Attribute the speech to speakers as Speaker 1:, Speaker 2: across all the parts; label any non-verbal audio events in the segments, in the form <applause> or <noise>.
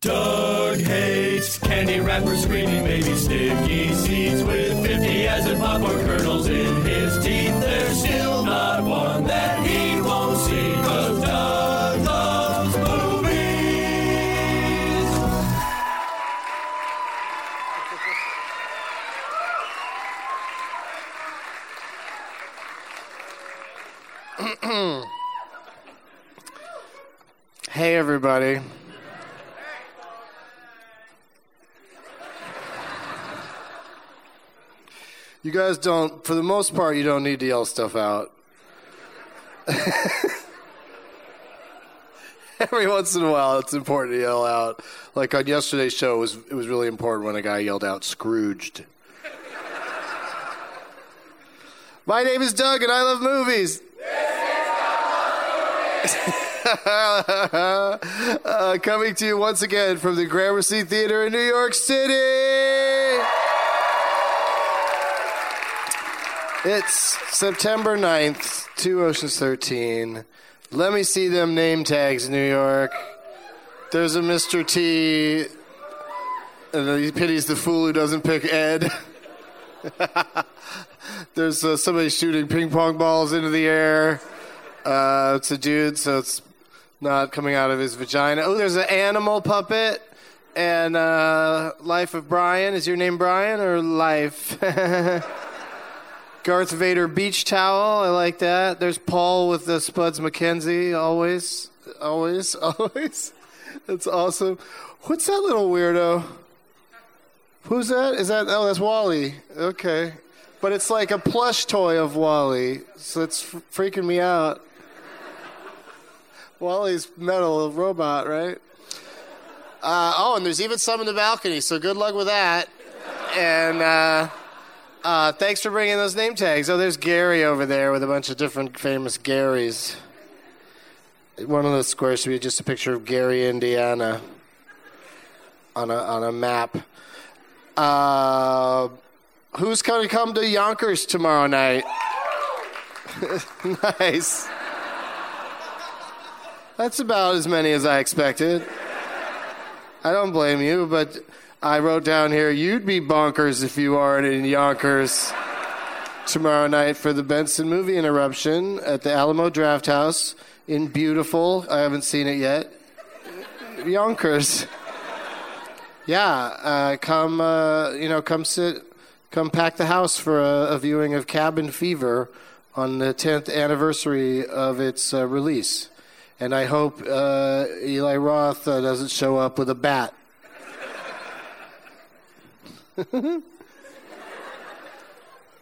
Speaker 1: Doug hates candy wrappers, screaming baby sticky seeds with 50 as in popcorn kernels in his teeth. There's still not one that he won't see. 'cause Doug loves movies.
Speaker 2: Hey, everybody. You guys don't, for the most part, you don't need to yell stuff out. <laughs> Every once in a while, it's important to yell out. Like on yesterday's show, it was, it was really important when a guy yelled out Scrooged. <laughs> My name is Doug, and I love movies. uh, coming to you once again from the Gramercy Theater in New York City. It's September 9th, Two Oceans 13. Let me see them name tags, New York. There's a Mr. T, and then he pities the fool who doesn't pick Ed. <laughs> There's uh, somebody shooting ping pong balls into the air. Uh, it's a dude, so it's not coming out of his vagina. Oh, there's an animal puppet. And uh, Life of Brian. Is your name Brian or Life? <laughs> Garth Vader beach towel. I like that. There's Paul with the Spuds McKenzie. Always, always, <laughs> always. That's awesome. What's that little weirdo? Who's that? Is that? Oh, that's Wally. Okay, but it's like a plush toy of Wally, so it's f- freaking me out. Wally's metal robot, right? Uh, oh, and there's even some in the balcony. So good luck with that. And. Uh, uh, thanks for bringing those name tags. Oh, there's Gary over there with a bunch of different famous Garys. One of those squares should be just a picture of Gary, Indiana. on a on a map. Uh, who's going to come to Yonkers tomorrow night? <laughs> nice. That's about as many as I expected. I don't blame you, but I wrote down here you'd be bonkers if you aren't in Yonkers tomorrow night for the Benson movie interruption at the Alamo Draft House in beautiful. I haven't seen it yet. Yonkers. Yeah, uh, come uh, you know come sit, come pack the house for a, a viewing of Cabin Fever on the 10th anniversary of its uh, release, and I hope uh, Eli Roth uh, doesn't show up with a bat.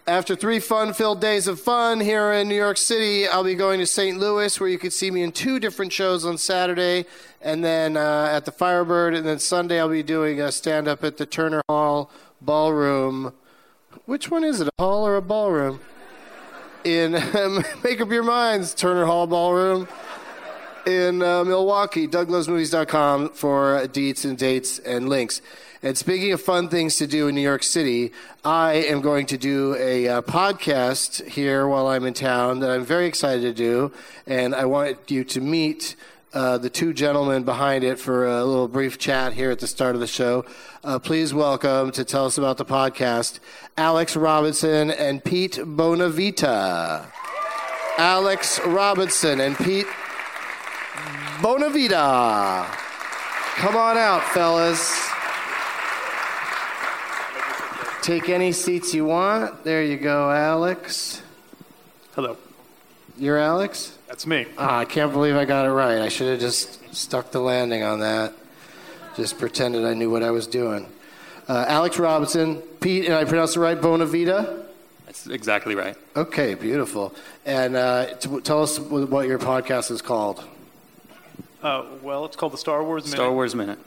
Speaker 2: After three fun filled days of fun here in New York City, I'll be going to St. Louis where you can see me in two different shows on Saturday and then uh, at the Firebird. And then Sunday, I'll be doing a stand up at the Turner Hall Ballroom. Which one is it, a hall or a ballroom? In <laughs> Make Up Your Minds, Turner Hall Ballroom in uh, Milwaukee. DouglasMovies.com for deets and dates and links. And speaking of fun things to do in New York City, I am going to do a uh, podcast here while I'm in town that I'm very excited to do. And I want you to meet uh, the two gentlemen behind it for a little brief chat here at the start of the show. Uh, please welcome to tell us about the podcast, Alex Robinson and Pete Bonavita. Alex Robinson and Pete Bonavita. Come on out, fellas. Take any seats you want. There you go, Alex.
Speaker 3: Hello.
Speaker 2: You're Alex?
Speaker 3: That's me.
Speaker 2: Ah, I can't believe I got it right. I should have just stuck the landing on that. Just pretended I knew what I was doing. Uh, Alex Robinson, Pete, and I pronounced it right, Bonavita.
Speaker 3: That's exactly right.
Speaker 2: Okay, beautiful. And uh, t- tell us wh- what your podcast is called.
Speaker 3: Uh, well, it's called the Star Wars Minute.
Speaker 1: Star Wars Minute.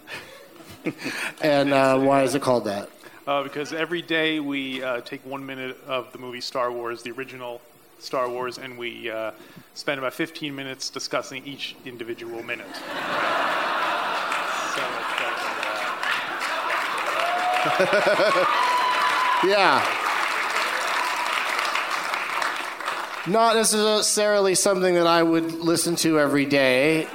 Speaker 2: And uh, why is it called that?
Speaker 3: Uh, because every day we uh, take one minute of the movie Star Wars, the original Star Wars, and we uh, spend about 15 minutes discussing each individual minute. so, that's, uh,
Speaker 2: Yeah. Not necessarily something that I would listen to every day,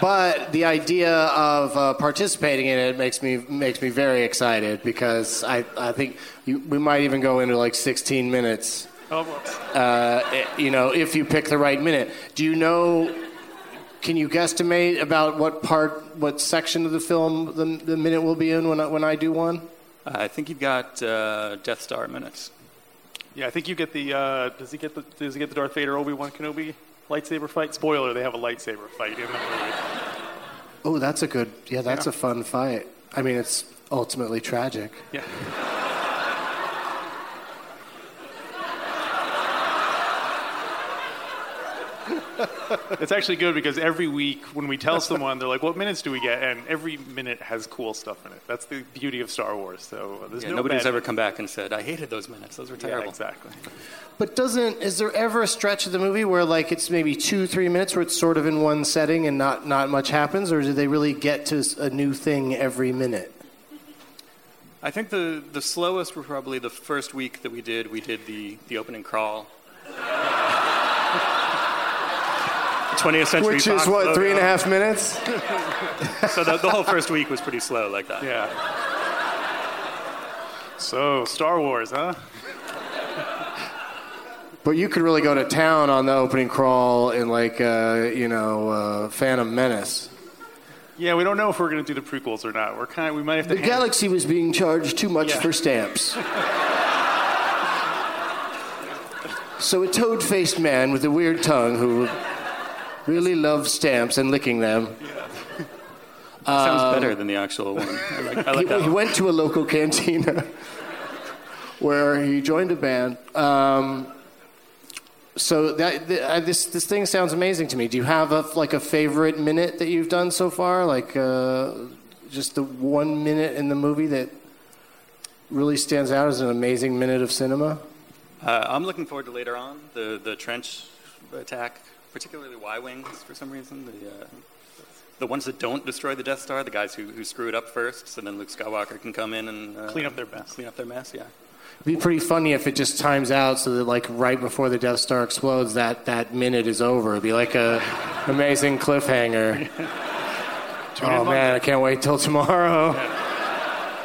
Speaker 2: but the idea of uh, participating in it makes me makes me very excited because I, I think you, we might even go into like 16 minutes,
Speaker 3: oh, well,
Speaker 2: uh, i- you know, if you pick the right minute. Do you know? Can you guesstimate about what part, what section of the film the, the minute will be in when I, when I do one?
Speaker 1: I think you've got uh, Death Star minutes.
Speaker 3: yeah, I think you get the. Uh, does he get the? Does he get the Darth Vader Obi Wan Kenobi lightsaber fight? Spoiler: They have a lightsaber fight in the movie.
Speaker 2: Oh, that's a good. Yeah, that's a fun fight. I mean, it's ultimately tragic.
Speaker 3: Yeah. it's actually good because every week when we tell someone, they're like, "What minutes do we get?" And every minute has cool stuff in it. That's the beauty of Star Wars. So uh, there's
Speaker 1: Yeah,
Speaker 3: no
Speaker 1: nobody's
Speaker 3: bad-
Speaker 1: ever come back and said, I hated those minutes. Those were
Speaker 3: Yeah,
Speaker 1: terrible.
Speaker 3: exactly.
Speaker 2: But doesn't is there ever a stretch of the movie where like it's maybe two three minutes where it's sort of in one setting and not not much happens, or do they really get to s- a new thing every minute?
Speaker 1: I think the, the slowest were probably the first week that we did. We did the, the opening <laughs> crawl. 20th century
Speaker 2: Which
Speaker 1: Fox
Speaker 2: is what
Speaker 1: logo.
Speaker 2: three and a half minutes.
Speaker 1: so the, the whole first week was pretty slow like that
Speaker 3: Yeah. So Star Wars, huh?
Speaker 2: But you could really go to town on the opening crawl in like uh, you know uh, Phantom Menace.
Speaker 3: Yeah, we don't know if we're going to do the prequels or not. We're kind of, we might have to.
Speaker 2: The
Speaker 3: hand-
Speaker 2: galaxy was being charged too much
Speaker 3: Yeah.
Speaker 2: for stamps. so a toad faced man with a weird tongue who really loves stamps and licking them.
Speaker 1: sounds better than the actual one i like, I
Speaker 2: Um, He,
Speaker 1: like that
Speaker 2: he
Speaker 1: one.
Speaker 2: went to a local <laughs> cantina where he joined a band. Um, so that, th- I, this this thing sounds amazing to me. Do you have a f- like a favorite minute that you've done so far? Like uh, just the one minute in the movie that really stands out as an amazing minute of cinema.
Speaker 1: uh, i'm looking forward to later on the, the trench attack particularly y-wings for some reason the, uh, the ones that don't destroy the Death Star, the guys who, who screw it up first, so then Luke Skywalker can come in and uh,
Speaker 3: Clean up their mess.
Speaker 1: Clean up their mess, yeah.
Speaker 2: It'd be pretty funny if it just times out so that like right before the Death Star explodes, that that minute is over. It'd be like a amazing cliffhanger. oh man, I can't wait till tomorrow.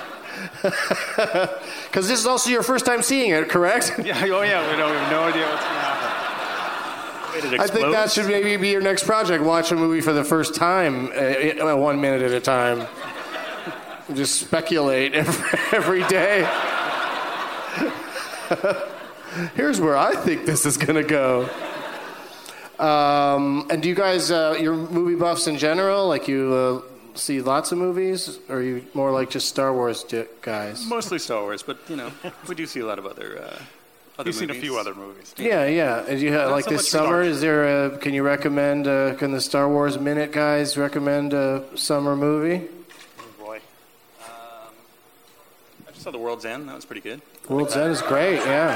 Speaker 2: <laughs> Because this is also your first time seeing it, correct?
Speaker 3: Yeah, oh yeah, we don't we have no idea what's going to happen.
Speaker 2: I think that should maybe be your next project. Watch a movie for the first time, uh, uh, one minute at a time. <laughs> Just speculate <laughs> every, every day. <laughs> Here's where I think this is going to go. Um, and do you guys, uh, you're movie buffs in general? Like you uh, see lots of movies? Or are you more like just Star Wars di- guys?
Speaker 1: Mostly Star Wars, but you <laughs> know, we do see a lot of other. Uh, other
Speaker 3: You've seen a
Speaker 1: movies.
Speaker 3: few other movies.
Speaker 2: Yeah, yeah. And you have, like
Speaker 1: so
Speaker 2: this
Speaker 1: much
Speaker 2: summer,
Speaker 1: Star
Speaker 2: is there? A, can you recommend? uh can the Star Wars Minute guys recommend a summer movie?
Speaker 3: Oh, boy.
Speaker 1: I just saw The World's End. That was pretty good.
Speaker 2: World's End is great. Yeah,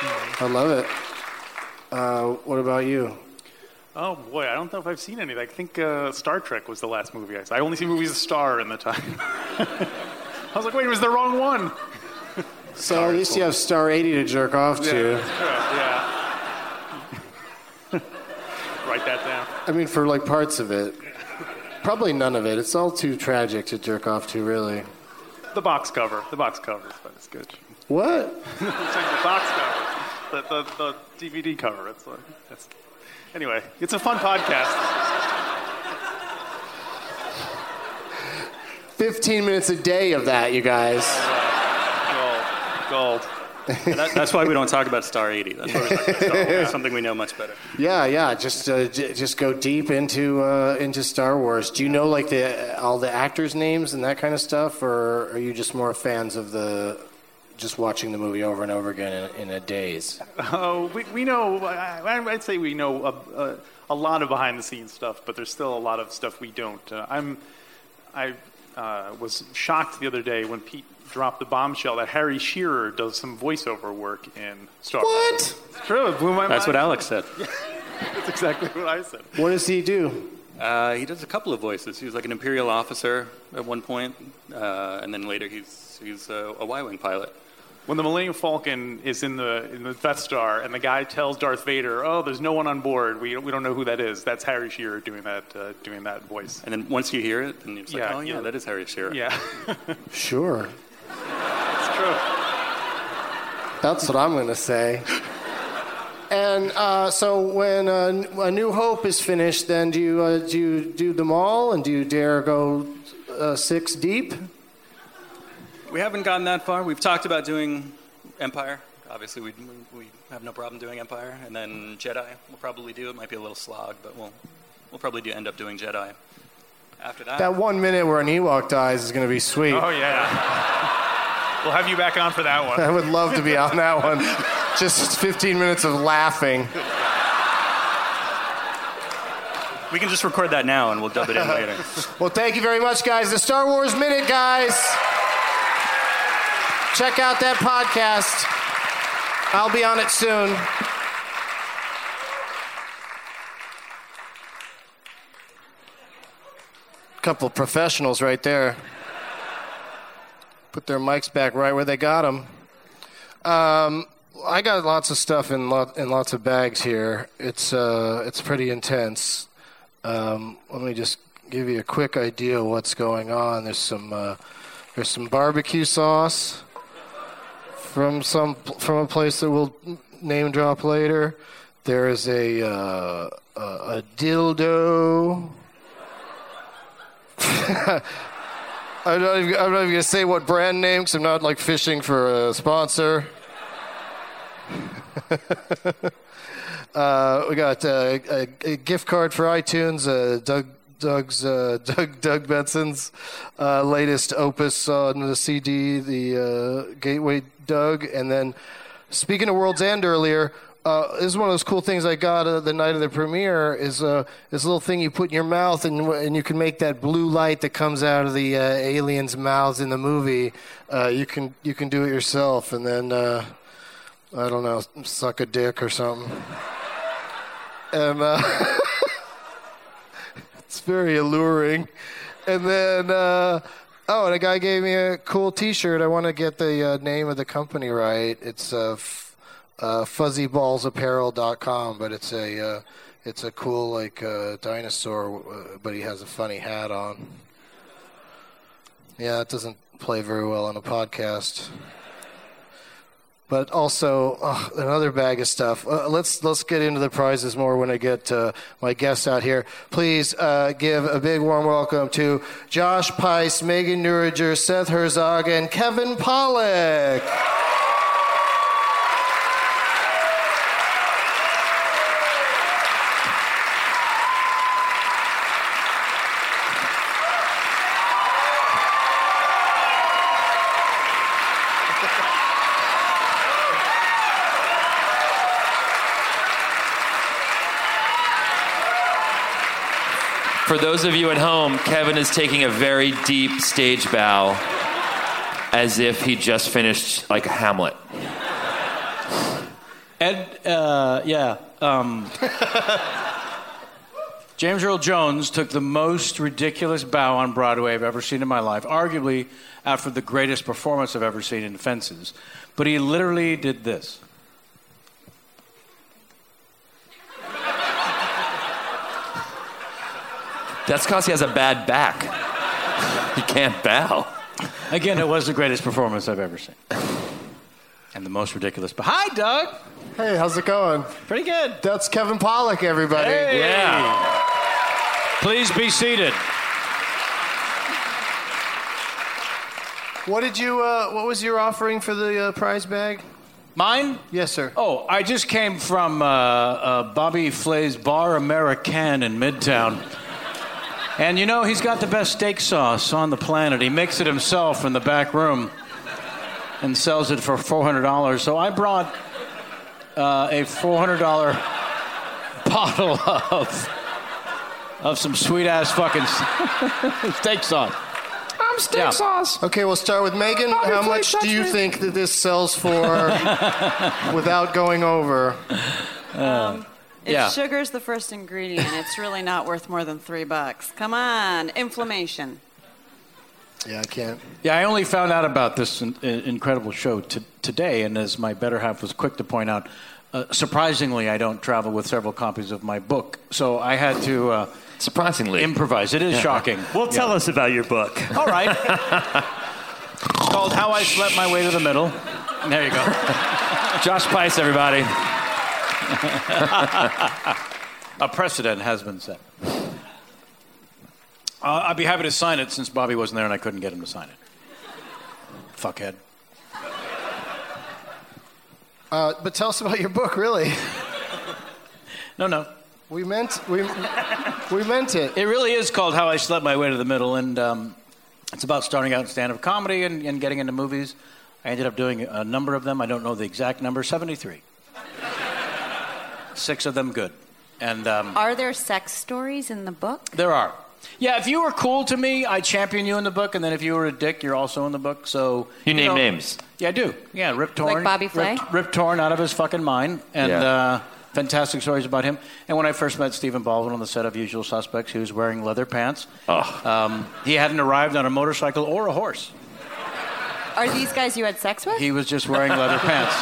Speaker 2: Hmm. I love it. Uh, what about you?
Speaker 3: Oh boy, I don't know if I've seen any. I think uh, Star Trek was the last movie I saw. I only see movies with Star in the time. <laughs> I was like, wait, it was the wrong one.
Speaker 2: So at least you have Star 80 to jerk off to.
Speaker 3: yeah. <laughs> Write that down.
Speaker 2: I mean, for like parts of it, probably none of it. It's all too tragic to jerk off to, really.
Speaker 3: The box cover. The box cover is but it's good.
Speaker 2: What?
Speaker 3: It's like the box cover. The, the, the DVD cover. It's like, that's, anyway, it's a fun podcast.
Speaker 2: 15 minutes a day of that, you guys.
Speaker 3: Gold. Gold.
Speaker 1: That, that's why we don't talk about Star 80. That's why we talk about Star Wars. Something we know much better.
Speaker 2: Yeah, yeah. Just uh, j- just go deep into uh, into Star Wars. Do you know like the all the actors' names and that kind of stuff, or are you just more fans of the just watching the movie over and over again in, in a daze?
Speaker 3: Oh, we, we know. I, I- I'd say we know a, a, a lot of behind-the-scenes stuff, but there's still a lot of stuff we don't. Uh, I'm, I uh, was shocked the other day when Pete dropped the bombshell that Harry Shearer does some voiceover work in Star Wars.
Speaker 2: What?
Speaker 3: It's true. It blew my
Speaker 1: <laughs> That's what
Speaker 3: mind.
Speaker 1: Alex said.
Speaker 3: That's exactly what I said.
Speaker 2: What does he do?
Speaker 1: Uh, he does a couple of voices. He was like an Imperial officer at one point, uh, and then later he's, he's a, a Y Wing pilot.
Speaker 3: When the Millennium Falcon is in the in the Death Star, and the guy tells Darth Vader, "Oh, there's no one on board. We we don't know who that is." That's Harry Shearer doing that uh, doing that voice.
Speaker 1: And then once you hear it, then it's like,
Speaker 3: Yeah,
Speaker 1: oh, yeah,
Speaker 3: yeah.
Speaker 1: that is Harry Shearer.
Speaker 3: Yeah, <laughs>
Speaker 2: Sure.
Speaker 3: it's true.
Speaker 2: That's what I'm going to say. And uh, so, when uh, A New Hope is finished, then do you uh, do you do them all, and do you dare go uh, six deep?
Speaker 1: We haven't gotten that far. We've talked about doing Empire. Obviously, we, we, we have no problem doing Empire. And then Jedi, we'll probably do. It might be a little slog, but we'll, we'll probably do end up doing Jedi. After that,
Speaker 2: That one minute where an Ewok dies is going to be sweet.
Speaker 3: Oh yeah. we'll have you back on for that one.
Speaker 2: <laughs> I would love to be on that one. Just 15 minutes of laughing.
Speaker 1: we can just record that now and we'll dub it in
Speaker 4: <laughs>
Speaker 1: later.
Speaker 2: Well, thank you very much, guys. The Star Wars Minute, guys. Check out that podcast. I'll be on it soon. Couple professionals right there. Put their mics back right where they got them. Um, I got lots of stuff in, lot, in lots of bags here. It's, uh, it's pretty intense. Um, let me just give you a quick idea of what's going on. There's some uh, there's some barbecue sauce from some from a place that we'll name drop later. There is a uh, a, a dildo. <laughs> I'm not, even, I'm not even gonna say what brand name 'cause I'm not like fishing for a sponsor. Uh, we got uh, a, a gift card for iTunes. Uh, Doug Doug's uh, <laughs> Doug Doug Benson's uh, latest opus on the CD, the uh, Gateway Doug. And then, speaking of World's End earlier, uh, this is one of those cool things I got uh, the night of the premiere. Is uh, this little thing you put in your mouth and and you can make that blue light that comes out of the uh, aliens' mouths in the movie. Uh, you can you can do it yourself, and then. Uh, I don't know, suck a dick or something. and uh, it's very alluring. And then, uh, oh, and a guy gave me a cool T-shirt. I want to get the uh, name of the company right. It's uh, f- uh, fuzzyballsapparel.com, but it's a uh, it's a cool like uh, dinosaur, uh, but he has a funny hat on. Yeah, that doesn't play very well on a podcast but also ugh, another bag of stuff. Uh, let's let's get into the prizes more when I get uh, my guests out here. Please uh, give a big warm welcome to Josh Pice, Megan Neuriger, Seth Herzog, and Kevin Pollock.
Speaker 4: For those of you at home, Kevin is taking a very deep stage bow as if he just finished like Hamlet.
Speaker 5: Ed, uh, yeah.
Speaker 4: <laughs>
Speaker 5: Um, James Earl Jones took the most ridiculous bow on Broadway I've ever seen in my life, arguably after the greatest performance I've ever seen in Fences. But he literally did this.
Speaker 4: That's because he has a bad back. <laughs> he can't bow.
Speaker 5: Again, it was the greatest performance I've ever seen. And the most ridiculous. But hi, Doug.
Speaker 2: Hey, how's it going?
Speaker 5: Pretty good.
Speaker 2: That's Kevin Pollock, everybody.
Speaker 5: Yeah. Please be seated.
Speaker 6: What did you? Uh, what was your offering for the uh, prize bag?
Speaker 5: Mine?
Speaker 6: Yes, sir.
Speaker 5: Oh, I just came from uh, uh, Bobby Flay's Bar American in Midtown. And you know, he's got the best steak sauce on the planet. He makes it himself in the back room and sells it for $400. So I brought uh, a $400 <laughs> bottle of, of some sweet ass fucking s- <laughs> steak sauce. I'm steak sauce.
Speaker 2: Okay, we'll start with Megan. How much do you think that this
Speaker 5: <laughs>
Speaker 2: sells for without going over?
Speaker 7: If
Speaker 5: Yeah.
Speaker 7: sugar's the first ingredient, it's really not worth more than three bucks. Come on, inflammation.
Speaker 2: Yeah, I can't.
Speaker 5: Yeah, I only found out about this in, in- incredible show t- today, and as my better half was quick to point out, uh, surprisingly, I don't travel with several copies of my book, so I had to uh,
Speaker 4: Surprisingly.
Speaker 5: improvise. It is shocking.
Speaker 8: Well, tell us about your book.
Speaker 5: All
Speaker 4: <laughs>
Speaker 5: right. it's called How I Slept My Way to the Middle. There you go.
Speaker 4: <laughs> Josh Pice, everybody.
Speaker 5: <laughs> A precedent has been set. Uh, I'd be happy to sign it since Bobby wasn't there and I couldn't get him to sign it. Fuckhead.
Speaker 2: Uh, but tell us about your book, really.
Speaker 5: No, no.
Speaker 2: We meant we we meant it.
Speaker 5: It really is called How I Slept My Way to the Middle, and um, it's about starting out in stand up comedy and, and getting into movies. I ended up doing a number of them. I don't know the exact number 73. Six of them good. And um,
Speaker 7: Are there sex stories in the book?
Speaker 5: there are. Yeah, if you were cool to me, I champion you in the book, and then if you were a dick, you're also in the book. So
Speaker 4: You name
Speaker 5: know-
Speaker 4: names.
Speaker 5: Yeah, I do. Yeah, Rip Torn.
Speaker 7: Bobby Flay?
Speaker 5: Rip, Rip Torn out of his fucking mind, and
Speaker 4: Yeah.
Speaker 5: uh, fantastic stories about him. And when I first met Stephen Baldwin on the set of Usual Suspects, he was wearing leather pants.
Speaker 4: Oh.
Speaker 5: Um, he hadn't arrived on a motorcycle or a horse.
Speaker 7: Are these guys you had sex with?
Speaker 5: He was just wearing
Speaker 4: <laughs>
Speaker 5: leather pants.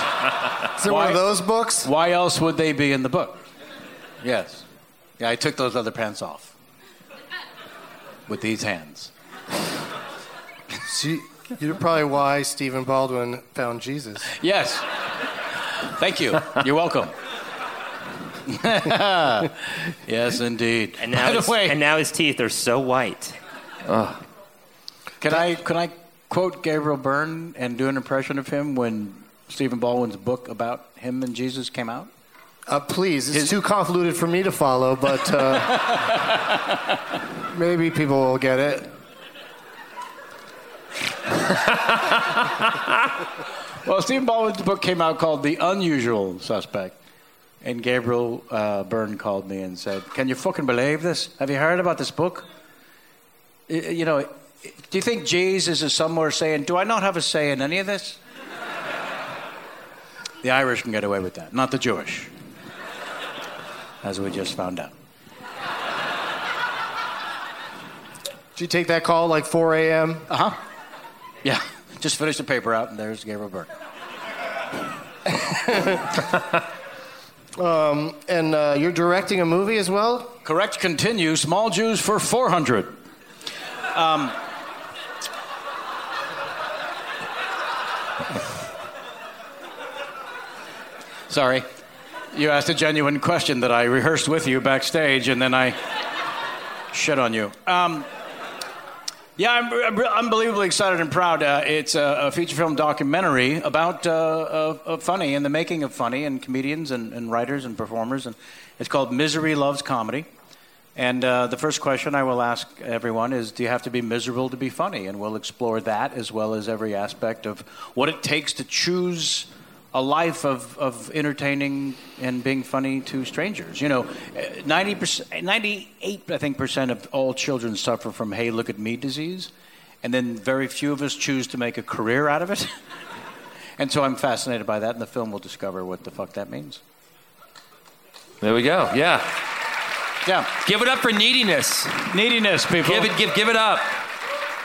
Speaker 2: Is there one
Speaker 5: Why-
Speaker 2: of those books?
Speaker 5: Why else would they be in the book? Yes. Yeah, I took those leather pants off with these hands.
Speaker 2: See, you're probably why Stephen Baldwin found Jesus.
Speaker 5: Yes. Thank you. You're welcome. <laughs> yes, indeed.
Speaker 8: And now,
Speaker 5: By
Speaker 8: his,
Speaker 5: the way,
Speaker 8: and now his teeth are so white.
Speaker 5: can I can I quote Gabriel Byrne and do an impression of him when Stephen Baldwin's book about him and Jesus came out?
Speaker 2: Uh, please, it's too convoluted for me to follow, but uh, maybe people will get it.
Speaker 5: Well, Stephen Baldwin's book came out called The Unusual Suspect. And Gabriel uh, Byrne called me and said, Can you fucking believe this? Have you heard about this book? I- You know, do you think Jesus is somewhere saying, Do I not have a say in any of this? <laughs> the Irish can get away with that, not the Jewish, as we just found out.
Speaker 2: Did you take that call like 4 a.m.?
Speaker 5: Uh huh. Yeah, <laughs> just finished the paper out, and there's Gabriel Burke.
Speaker 2: Um, and uh, you're directing a movie as well?
Speaker 5: Correct. Continue. Small Jews for 400. Um, sorry. You asked a genuine question that I rehearsed with you backstage, and then I shit on you. Um, yeah, I'm, I'm re- unbelievably excited and proud. Uh, it's a, a feature film documentary about uh, uh, uh, funny and the making of funny and comedians and, and writers and performers. And it's called Misery Loves Comedy. And uh, the first question I will ask everyone is Do you have to be miserable to be funny? And we'll explore that as well as every aspect of what it takes to choose a life of, of entertaining and being funny to strangers. You know, uh, 90%, 98, I think, percent of all children suffer from hey, look at me disease. And then very few of us choose to make a career out of it. <laughs> and so I'm fascinated by that, and the film will discover what the fuck that means.
Speaker 4: There we go. Yeah.
Speaker 5: Yeah.
Speaker 4: Give it up for neediness.
Speaker 5: Neediness, people.
Speaker 4: Give it, give, give it up.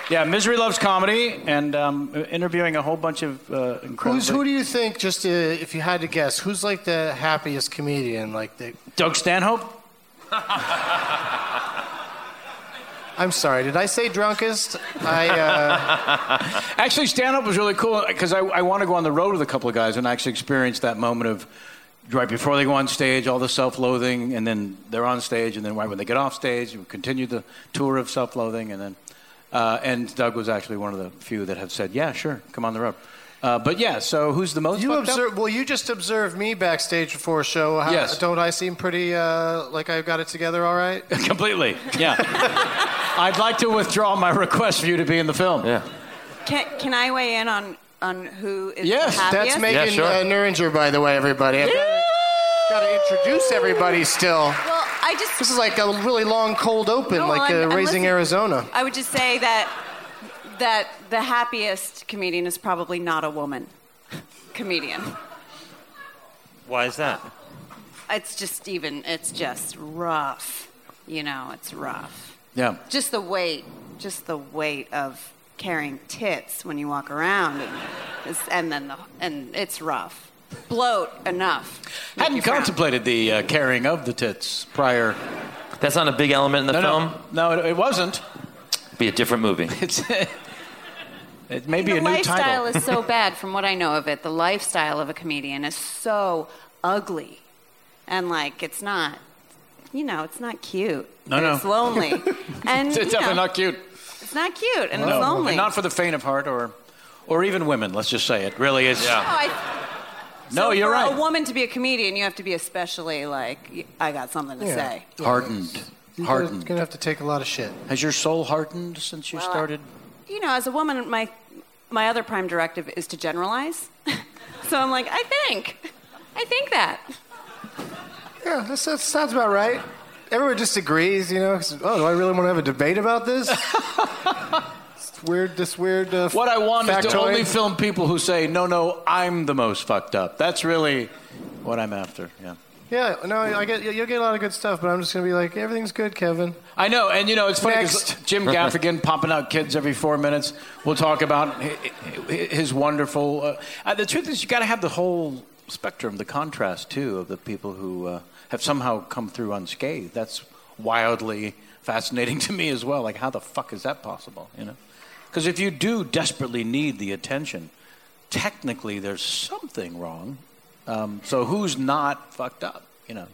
Speaker 5: Yeah, Misery Loves Comedy, and um, interviewing a whole bunch of uh, incredible.
Speaker 2: Who's, who do you think, just uh, if you had to guess, who's like the happiest comedian? Like the,
Speaker 5: Doug Stanhope?
Speaker 2: I'm sorry, did I say drunkest? I, uh,
Speaker 5: actually, stand up was really cool because I, I want to go on the road with a couple of guys and actually experience that moment of right before they go on stage, all the self loathing, and then they're on stage, and then right when they get off stage, we continue the tour of self loathing. And then, uh, and Doug was actually one of the few that have said, Yeah, sure, come on the road. Uh, but yeah, so who's the most
Speaker 2: you
Speaker 5: fucked up?
Speaker 2: observe, well, you just observed me backstage before a show. How,
Speaker 5: Yes.
Speaker 2: Don't I seem pretty, uh, like I've got it together all right?
Speaker 5: <laughs> Completely, yeah. <laughs> I'd like to withdraw my request for you to be in the film.
Speaker 4: Yeah.
Speaker 7: Can, can I weigh in on, on who is
Speaker 5: Yes,
Speaker 7: the happiest?
Speaker 2: That's Megan
Speaker 4: sure.
Speaker 2: uh, Neringer, by the way, everybody. I've got to introduce everybody still.
Speaker 7: Well, I just
Speaker 2: This is like a really long cold open,
Speaker 7: No,
Speaker 2: like
Speaker 7: I'm-
Speaker 2: uh,
Speaker 7: I'm
Speaker 2: Raising
Speaker 7: listening.
Speaker 2: Arizona.
Speaker 7: I would just say that that the happiest comedian is probably not a woman comedian.
Speaker 8: Why is that?
Speaker 7: It's just even. It's just rough. You know, it's rough.
Speaker 5: Yeah.
Speaker 7: Just the weight. Just the weight of carrying tits when you walk around, and, it's- and then the and it's rough. Bloat enough. Make
Speaker 5: Hadn't
Speaker 7: you frown.
Speaker 5: contemplated the uh, carrying of the tits prior.
Speaker 4: That's not a big element in the
Speaker 5: No,
Speaker 4: film.
Speaker 5: no, no, it, it wasn't.
Speaker 4: Be a different movie.
Speaker 5: It's it may be
Speaker 7: the
Speaker 5: a new
Speaker 7: lifestyle
Speaker 5: title.
Speaker 7: is
Speaker 5: <laughs>
Speaker 7: so bad from what i know of it the lifestyle of a comedian is so ugly and like it's not you know it's not cute
Speaker 5: No,
Speaker 7: And
Speaker 5: no.
Speaker 7: it's lonely
Speaker 5: <laughs>
Speaker 7: and
Speaker 5: it's
Speaker 7: you
Speaker 5: definitely
Speaker 7: know,
Speaker 5: not cute.
Speaker 7: it's not cute and
Speaker 5: No,
Speaker 7: it's lonely
Speaker 5: and not for the faint of heart or, or even women. Let's just say it really is.
Speaker 7: No, I-
Speaker 5: No,
Speaker 7: so
Speaker 5: you're
Speaker 7: for
Speaker 5: right.
Speaker 7: a woman to be a comedian you have to be especially like y- i got something to say
Speaker 5: Hardened,
Speaker 2: You're going
Speaker 5: hardened.
Speaker 2: to have to take a lot of shit.
Speaker 5: Has your soul hardened since you started?
Speaker 7: you know as a woman my my other prime directive is to generalize <laughs> so i'm like i think i think that
Speaker 2: Yeah, that's, that sounds about right. Everyone just agrees, you know. 'cause, Oh, do I really want to have a debate
Speaker 7: <laughs>
Speaker 2: about this? It's weird, this weird. Uh,
Speaker 5: What I want is to
Speaker 2: factoid.
Speaker 5: only film people who say, "No, no, I'm the most fucked up." That's really what I'm after. Yeah.
Speaker 2: Yeah, no, I get you'll get a lot of good stuff, but I'm just gonna be like, everything's good, Kevin.
Speaker 5: I know, and you know it's funny 'cause
Speaker 2: Next.
Speaker 5: Jim Gaffigan popping out kids every four minutes. We'll talk about hi- hi- his wonderful. Uh, uh, the truth is, you got to have the whole spectrum, the contrast too, of the people who uh, have somehow come through unscathed. That's wildly fascinating to me as well. Like, how the fuck is that possible? You know, because if you do desperately need the attention, technically there's something wrong. Um, so who's not fucked up? You know,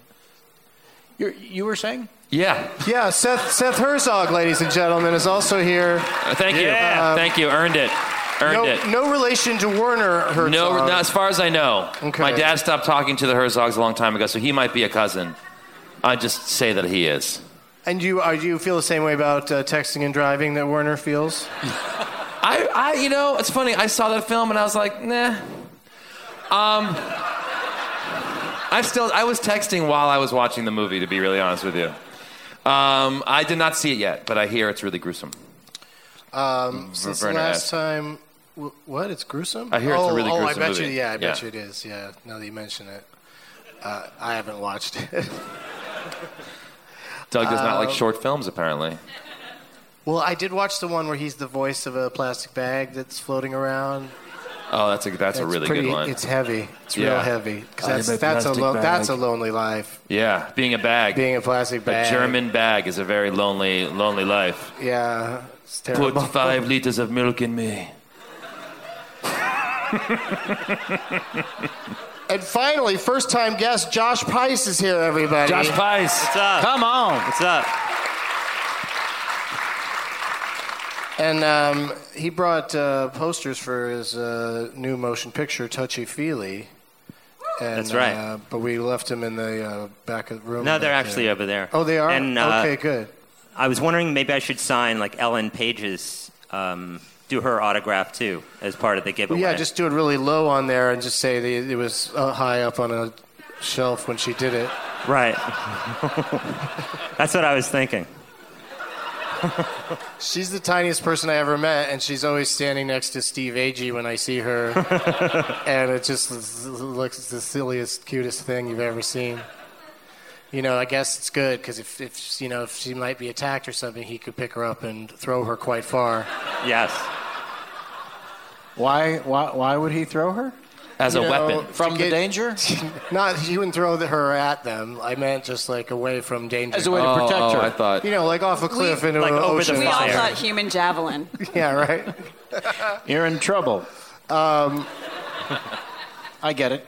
Speaker 5: You're, you were saying.
Speaker 4: Yeah.
Speaker 2: Yeah, Seth Seth Herzog, ladies and gentlemen, is also here.
Speaker 4: Uh, Thank you.
Speaker 2: Yeah.
Speaker 4: Thank you. Earned it. Earned
Speaker 2: No,
Speaker 4: it.
Speaker 2: no relation to Werner Herzog.
Speaker 4: No, not as far as I know.
Speaker 2: Okay.
Speaker 4: My dad stopped talking to the Herzogs a long time ago, so he might be a cousin. I just say that he is.
Speaker 2: And you are you feel the same way about uh, texting and driving that Werner feels?
Speaker 4: I, I, you know, it's funny. I saw that film and I was like, nah. Um, I still, I was texting while I was watching the movie. To be really honest with you, um, I did not see it yet, but I hear it's really gruesome.
Speaker 2: Um, since the
Speaker 4: Werner
Speaker 2: last
Speaker 4: asked.
Speaker 2: time, wh- what? It's gruesome.
Speaker 4: I hear it's a
Speaker 2: oh,
Speaker 4: really
Speaker 2: oh,
Speaker 4: gruesome
Speaker 2: I bet
Speaker 4: movie.
Speaker 2: you. Yeah, I bet
Speaker 4: Yeah.
Speaker 2: you it is. Yeah, now that you mention it, uh, I haven't watched it. <laughs> Uh,
Speaker 4: Doug does not like short films, apparently.
Speaker 2: Well, I did watch the one where he's the voice of a plastic bag that's floating around.
Speaker 4: Oh, that's a that's, a
Speaker 2: It's
Speaker 4: really
Speaker 2: pretty-
Speaker 4: good one.
Speaker 2: It's heavy. It's real
Speaker 4: Yeah.
Speaker 2: heavy. 'Cause
Speaker 4: I'm
Speaker 2: that's
Speaker 4: a
Speaker 2: that's a
Speaker 4: plastic
Speaker 2: lo-
Speaker 4: bag.
Speaker 2: that's a lonely life.
Speaker 4: yeah, being a bag.
Speaker 2: Being a plastic bag.
Speaker 4: A German bag is a very lonely, lonely life.
Speaker 2: Yeah, it's terrible.
Speaker 4: Put five liters of milk in me.
Speaker 2: And finally, first time guest Josh Pice is here, everybody.
Speaker 4: Josh Pice. What's up? Come on.
Speaker 8: What's up?
Speaker 2: And um, he brought uh, posters for his uh, new motion picture, Touchy Feely. And,
Speaker 8: That's right.
Speaker 2: Uh, but we left him in the uh, back of the room.
Speaker 8: No,
Speaker 2: back
Speaker 8: they're actually
Speaker 2: there.
Speaker 8: over there.
Speaker 2: Oh, they are.
Speaker 8: And, uh,
Speaker 2: okay, good.
Speaker 8: I was wondering maybe I should sign like Ellen Page's, um, do her autograph too as part of the
Speaker 2: Well,
Speaker 8: giveaway.
Speaker 2: yeah, just do it really low on there and just say the, it was uh, high up on a shelf when she did it.
Speaker 8: right. That's what I was thinking.
Speaker 2: She's the tiniest person I ever met, and she's always standing next to Steve Agee when I see her, and it just looks the silliest, cutest thing you've ever seen. You know, I guess it's good because if, if you know if she might be attacked or something, he could pick her up and throw her quite far.
Speaker 8: Yes.
Speaker 5: Why, why, why would he throw her?
Speaker 4: As
Speaker 2: You know, to
Speaker 5: From the
Speaker 2: get-
Speaker 5: danger?
Speaker 2: <laughs> Not he wouldn't throw the- her at them. I meant just like away from danger.
Speaker 5: As a way
Speaker 4: Oh,
Speaker 5: to protect her.
Speaker 2: You know, like off a cliff into
Speaker 8: like
Speaker 2: an
Speaker 8: over the
Speaker 2: ocean.
Speaker 8: We all
Speaker 7: I thought human javelin.
Speaker 2: yeah, right.
Speaker 5: You're in trouble.
Speaker 2: Um,
Speaker 5: I get it.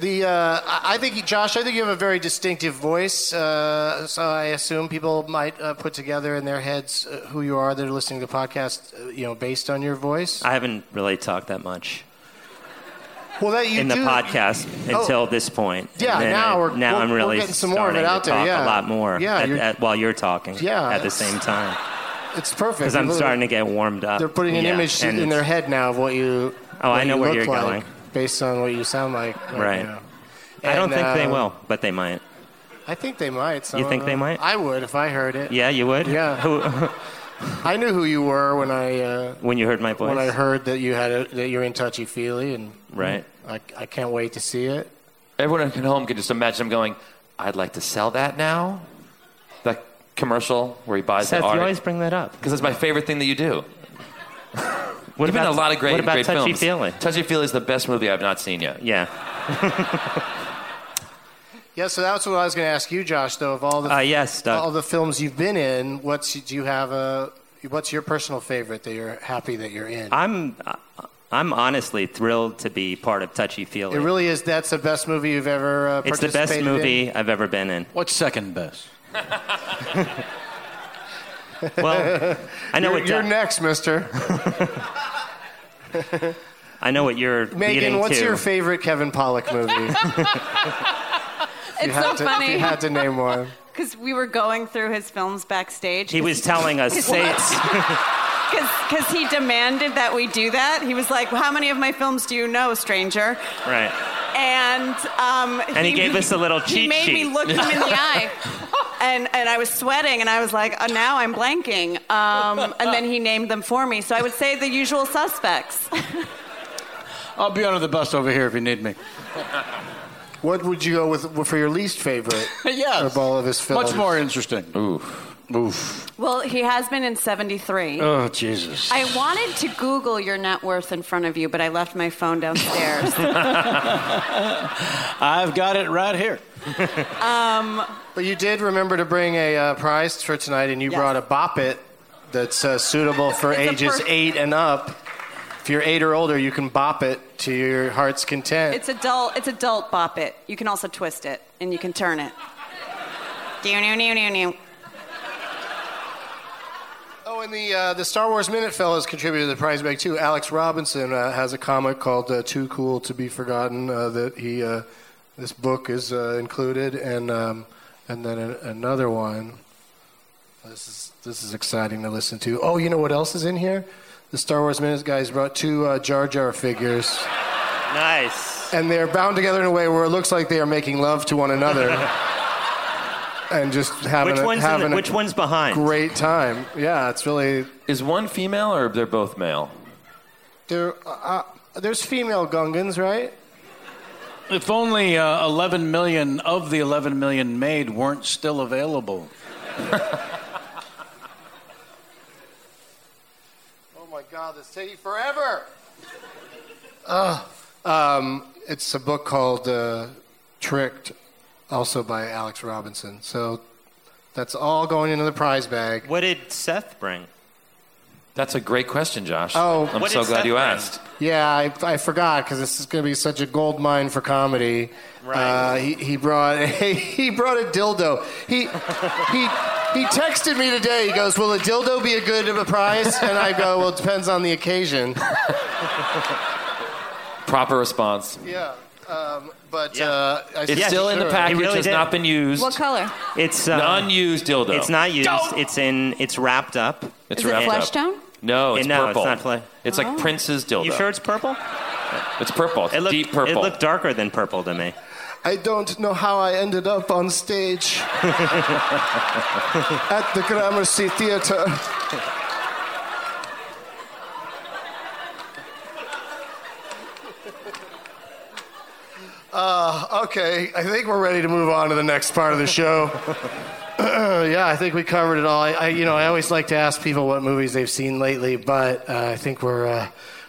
Speaker 2: The uh, I I think Josh, I think you have a very distinctive voice. Uh, so I assume people might uh, put together in their heads uh, who you are. They're listening to the podcast, uh, you know, based on your voice.
Speaker 8: I haven't really talked that much
Speaker 2: Well, that you
Speaker 8: in the
Speaker 2: do-
Speaker 8: podcast
Speaker 2: Oh.
Speaker 8: until this point. And
Speaker 2: Yeah,
Speaker 8: then
Speaker 2: now
Speaker 8: I-
Speaker 2: we're-
Speaker 8: now
Speaker 2: we're-
Speaker 8: I'm
Speaker 2: we're
Speaker 8: really
Speaker 2: getting some more of it
Speaker 8: starting to
Speaker 2: out there,
Speaker 8: talk
Speaker 2: yeah.
Speaker 8: a lot more
Speaker 2: Yeah,
Speaker 8: at-
Speaker 2: you're-
Speaker 8: at- while you're talking.
Speaker 2: Yeah,
Speaker 8: at the
Speaker 2: it's-
Speaker 8: same time
Speaker 2: It's perfect
Speaker 8: because I'm
Speaker 2: You're
Speaker 8: starting to get warmed up.
Speaker 2: They're putting an
Speaker 8: Yeah,
Speaker 2: image
Speaker 8: and
Speaker 2: in their head now of what you.
Speaker 8: Oh,
Speaker 2: what
Speaker 8: I know
Speaker 2: you
Speaker 8: where
Speaker 2: look
Speaker 8: you're
Speaker 2: like,
Speaker 8: going.
Speaker 2: Based on what you sound like.
Speaker 8: Right.
Speaker 2: now.
Speaker 8: I don't
Speaker 2: And,
Speaker 8: think they
Speaker 2: uh,
Speaker 8: will, but they might.
Speaker 2: I think they might. some
Speaker 8: You
Speaker 2: of
Speaker 8: think they
Speaker 2: them.
Speaker 8: might?
Speaker 2: I would if I heard it.
Speaker 8: Yeah, you would.
Speaker 2: Yeah.
Speaker 8: Who,
Speaker 2: <laughs>
Speaker 8: <laughs>
Speaker 2: I knew who you were when I. Uh,
Speaker 8: when you heard my voice.
Speaker 2: when I heard that you had a, that you're in touchy feely and
Speaker 4: Right.
Speaker 2: I, I can't wait to see it.
Speaker 4: Everyone at home can just imagine him going, I'd like to sell that now. That commercial where he buys
Speaker 8: Seth,
Speaker 4: the
Speaker 8: you
Speaker 4: art.
Speaker 8: always bring that up.
Speaker 4: Because it's my favorite thing that you do.
Speaker 8: <laughs> What
Speaker 4: You've been in
Speaker 8: about
Speaker 4: a lot of great,
Speaker 8: What about
Speaker 4: great
Speaker 8: touchy
Speaker 4: films.
Speaker 8: feely?
Speaker 4: Touchy Feely is the best movie I've not seen yet.
Speaker 8: Yeah.
Speaker 2: Yeah, so that's what I was going to ask you, Josh. Though of all the
Speaker 8: Uh, yes, Doug.
Speaker 2: all the films you've been in, what's do you have a what's your personal favorite that you're happy that you're in?
Speaker 8: I'm I- I'm honestly thrilled to be part of Touchy Feely.
Speaker 2: it really is. That's the best movie you've ever. Uh,
Speaker 8: it's the best
Speaker 2: participated in?
Speaker 8: movie I've ever been in.
Speaker 5: What's second best?
Speaker 8: Well, I know
Speaker 2: You're,
Speaker 8: what
Speaker 2: you're
Speaker 8: Doug-
Speaker 2: next, Mister
Speaker 8: I know what you're
Speaker 2: Megan.
Speaker 8: leading
Speaker 2: What's
Speaker 8: to.
Speaker 2: your favorite Kevin Pollak movie?
Speaker 7: <laughs> It's
Speaker 2: had
Speaker 7: so
Speaker 2: to, If you
Speaker 7: funny
Speaker 2: had to name one.
Speaker 7: because we were going through his films backstage.
Speaker 8: he was telling us say
Speaker 7: <laughs> because he demanded that we do that. He was like, "How many of my films do you know, stranger?"
Speaker 8: right.
Speaker 7: And um,
Speaker 8: And he gave us a little
Speaker 7: He
Speaker 8: cheat
Speaker 7: made me
Speaker 8: sheet.
Speaker 7: look him in the
Speaker 8: <laughs>
Speaker 7: eye, and and I was sweating, and I was like, oh, "Now I'm blanking." Um, and then he named them for me. So I would say the usual suspects.
Speaker 5: I'll be under the bus over here if you need me.
Speaker 2: What would you go with for your
Speaker 7: <laughs>
Speaker 2: least favorite
Speaker 5: <laughs> yes.
Speaker 2: of all of his films?
Speaker 5: Much more interesting.
Speaker 4: Oof.
Speaker 5: Oof.
Speaker 7: well, he has been in '73.
Speaker 5: Oh, Jesus.
Speaker 7: I wanted to Google your net worth in front of you, but I left my phone downstairs.
Speaker 5: I've got it right here.
Speaker 2: But you did remember to bring a uh, prize for tonight, and you
Speaker 7: Yes.
Speaker 2: brought a Bop It that's uh, suitable for
Speaker 7: It's a
Speaker 2: ages
Speaker 7: per-
Speaker 2: eight and up. If you're eight or older, you can bop it to your heart's content.
Speaker 7: It's adult. It's adult bop it. You can also twist it and you can turn it. Doo, doo, doo, doo, doo.
Speaker 2: oh, and the uh, the Star Wars Minute fellas contributed to the prize bag too. Alex Robinson uh, has a comic called uh, "Too Cool to Be Forgotten" uh, that he uh, this book is uh, included, and um, and then a- another one. This is this is exciting to listen to. Oh, you know what else is in here? The Star Wars Minute guys brought two uh, Jar Jar figures.
Speaker 8: Nice.
Speaker 2: and they're bound together in a way where it looks like they are making love to one
Speaker 8: <laughs>
Speaker 2: another and just having,
Speaker 8: Which
Speaker 2: a,
Speaker 8: one's in
Speaker 2: having a
Speaker 8: the- which one's behind?
Speaker 2: great time. Yeah, it's really
Speaker 4: Is one female or they're both male?
Speaker 2: there. Uh, there's female Gungans, right?
Speaker 5: If only uh, 11 million of the 11 million made weren't still available.
Speaker 6: Oh my God, this is taking forever.
Speaker 2: Ugh. Uh, um, it's a book called uh, Tricked, also by Alex Robinson. So that's all going into the prize bag.
Speaker 8: What did Seth bring?
Speaker 4: That's a great question, Josh.
Speaker 2: Oh.
Speaker 4: I'm
Speaker 2: What
Speaker 4: so
Speaker 2: did
Speaker 4: glad
Speaker 2: Seth
Speaker 4: you
Speaker 2: bring?
Speaker 4: asked.
Speaker 2: Yeah, I, I forgot because this is going to be such a gold mine for comedy. Right. Uh, he, he brought <laughs> he brought a dildo. He he. He texted me today. He goes, "Will a dildo be a good of a prize?" And I go, "Well, it depends on the occasion."
Speaker 4: Proper response.
Speaker 2: Yeah, um, but uh, I
Speaker 4: It's still in the
Speaker 2: Sure.
Speaker 4: package. has not been used.
Speaker 7: What color?
Speaker 8: It's uh,
Speaker 4: An unused dildo.
Speaker 8: It's not used.
Speaker 7: Don't-
Speaker 8: It's in. It's wrapped up.
Speaker 4: It's
Speaker 7: Is it
Speaker 4: wrapped
Speaker 7: flesh
Speaker 4: up.
Speaker 7: tone?
Speaker 4: No,
Speaker 8: Eh,
Speaker 4: it's
Speaker 8: no, it's
Speaker 4: purple.
Speaker 8: not fle-
Speaker 4: It's
Speaker 7: Oh.
Speaker 4: like Prince's dildo.
Speaker 8: You sure it's purple?
Speaker 4: It's purple. It's
Speaker 8: it looked,
Speaker 4: deep purple.
Speaker 8: It looked darker than purple to me.
Speaker 2: I don't know how I ended up on stage at the Gramercy Theater. Uh, okay, I think we're ready to move on to the next part of the show. <clears throat> yeah, I think we covered it all. I, I, you know, I always like to ask people what movies they've seen lately, but uh, I think we're uh, I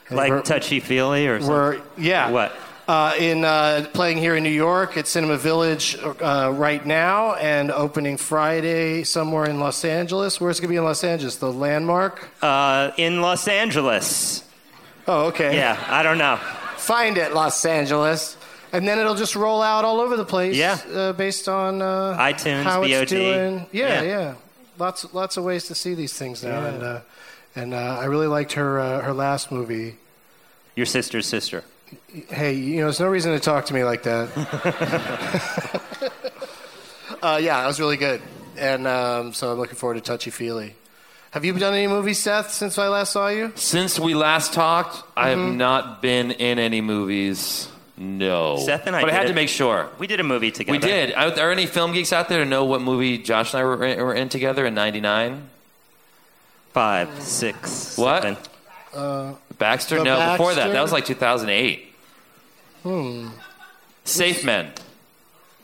Speaker 2: think we're-
Speaker 8: Like touchy feely or something.
Speaker 2: we're yeah.
Speaker 8: What?
Speaker 2: Uh, in uh, playing here in New York at Cinema Village uh, right now, and opening Friday somewhere in Los Angeles. Where's it gonna be in Los Angeles? The Landmark.
Speaker 8: Uh, in Los Angeles.
Speaker 2: Oh, okay.
Speaker 8: Yeah, I don't know.
Speaker 2: Find it, Los Angeles, and then it'll just roll out all over the place.
Speaker 8: Yeah.
Speaker 2: Uh, based on uh,
Speaker 8: iTunes,
Speaker 2: how
Speaker 8: VOD.
Speaker 2: it's doing. Yeah, yeah,
Speaker 8: Yeah.
Speaker 2: Lots, lots of ways to see these things now, and uh, and uh, I really liked her uh, her last movie.
Speaker 8: Your sister's sister.
Speaker 2: Hey, you know, there's no reason to talk to me like that. <laughs> uh, yeah, it was really good, and um, so I'm looking forward to Touchy Feely. Have you done any movies, Seth, since I last saw you?
Speaker 4: Since we last talked, I have
Speaker 8: Mm-hmm.
Speaker 4: not been in any movies. No.
Speaker 8: Seth and I
Speaker 4: But I
Speaker 8: did
Speaker 4: had
Speaker 8: it.
Speaker 4: to make sure.
Speaker 8: We did a movie together.
Speaker 4: We did. Are there any film geeks out there to know what movie Josh and I were in, were in together in '99?
Speaker 8: Five, six.
Speaker 4: What?
Speaker 8: seven.
Speaker 2: Uh,
Speaker 4: Baxter?
Speaker 2: The
Speaker 4: no, before that.
Speaker 2: Baxter?
Speaker 4: That was like 2008.
Speaker 2: hmm.
Speaker 4: Safe Men.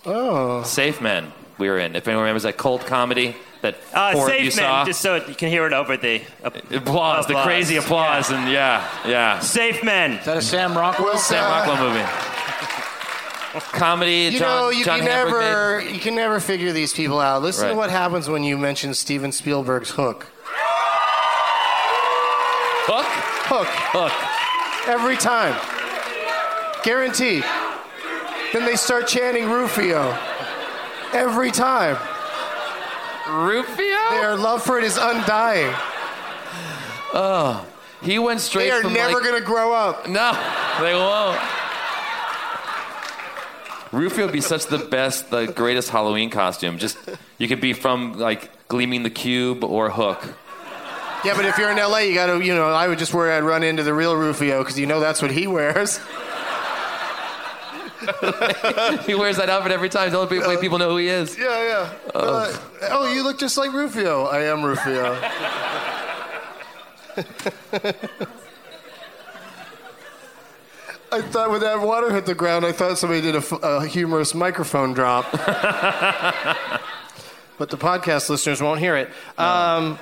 Speaker 2: Oh.
Speaker 4: Safe Men. We were in. If anyone remembers that cult comedy that
Speaker 8: Uh,
Speaker 4: four of
Speaker 8: Safe
Speaker 4: you
Speaker 8: Men,
Speaker 4: saw.
Speaker 8: just so you can hear it over the applause,
Speaker 4: applause, the crazy applause, and yeah, yeah.
Speaker 8: Safe Men.
Speaker 5: Is that a Sam Rockwell?
Speaker 2: Well,
Speaker 4: Sam
Speaker 2: uh,
Speaker 4: Rockwell movie. Comedy.
Speaker 2: You
Speaker 4: John,
Speaker 2: know, you
Speaker 4: John
Speaker 2: can
Speaker 4: Hamburg
Speaker 2: never,
Speaker 4: made-
Speaker 2: you can never figure these people out. Listen to
Speaker 4: Right.
Speaker 2: what happens when you mention Steven Spielberg's Hook.
Speaker 4: Hook.
Speaker 2: Hook
Speaker 4: Hook.
Speaker 2: every time, guaranteed. Then they start chanting Rufio every time.
Speaker 4: Rufio.
Speaker 2: Their love for it is undying.
Speaker 4: Oh, he went straight.
Speaker 2: They are
Speaker 4: from
Speaker 2: never
Speaker 4: like,
Speaker 2: going to grow up.
Speaker 4: No, they won't. Rufio would be such the best, the greatest Halloween costume. Just you could be from like gleaming the cube or Hook.
Speaker 2: Yeah, but if you're in LA, you got to, you know, I would just worry I'd run into the real Rufio because you know that's what he wears.
Speaker 4: <laughs> he wears that outfit every time. The only way people know who he is.
Speaker 2: Yeah, yeah. Uh, oh, you look just like Rufio. I am
Speaker 4: <laughs>
Speaker 2: Rufio. I thought when that water hit the ground, I thought somebody did a, f- a humorous microphone drop.
Speaker 4: <laughs>
Speaker 2: but the podcast listeners won't hear it. Um,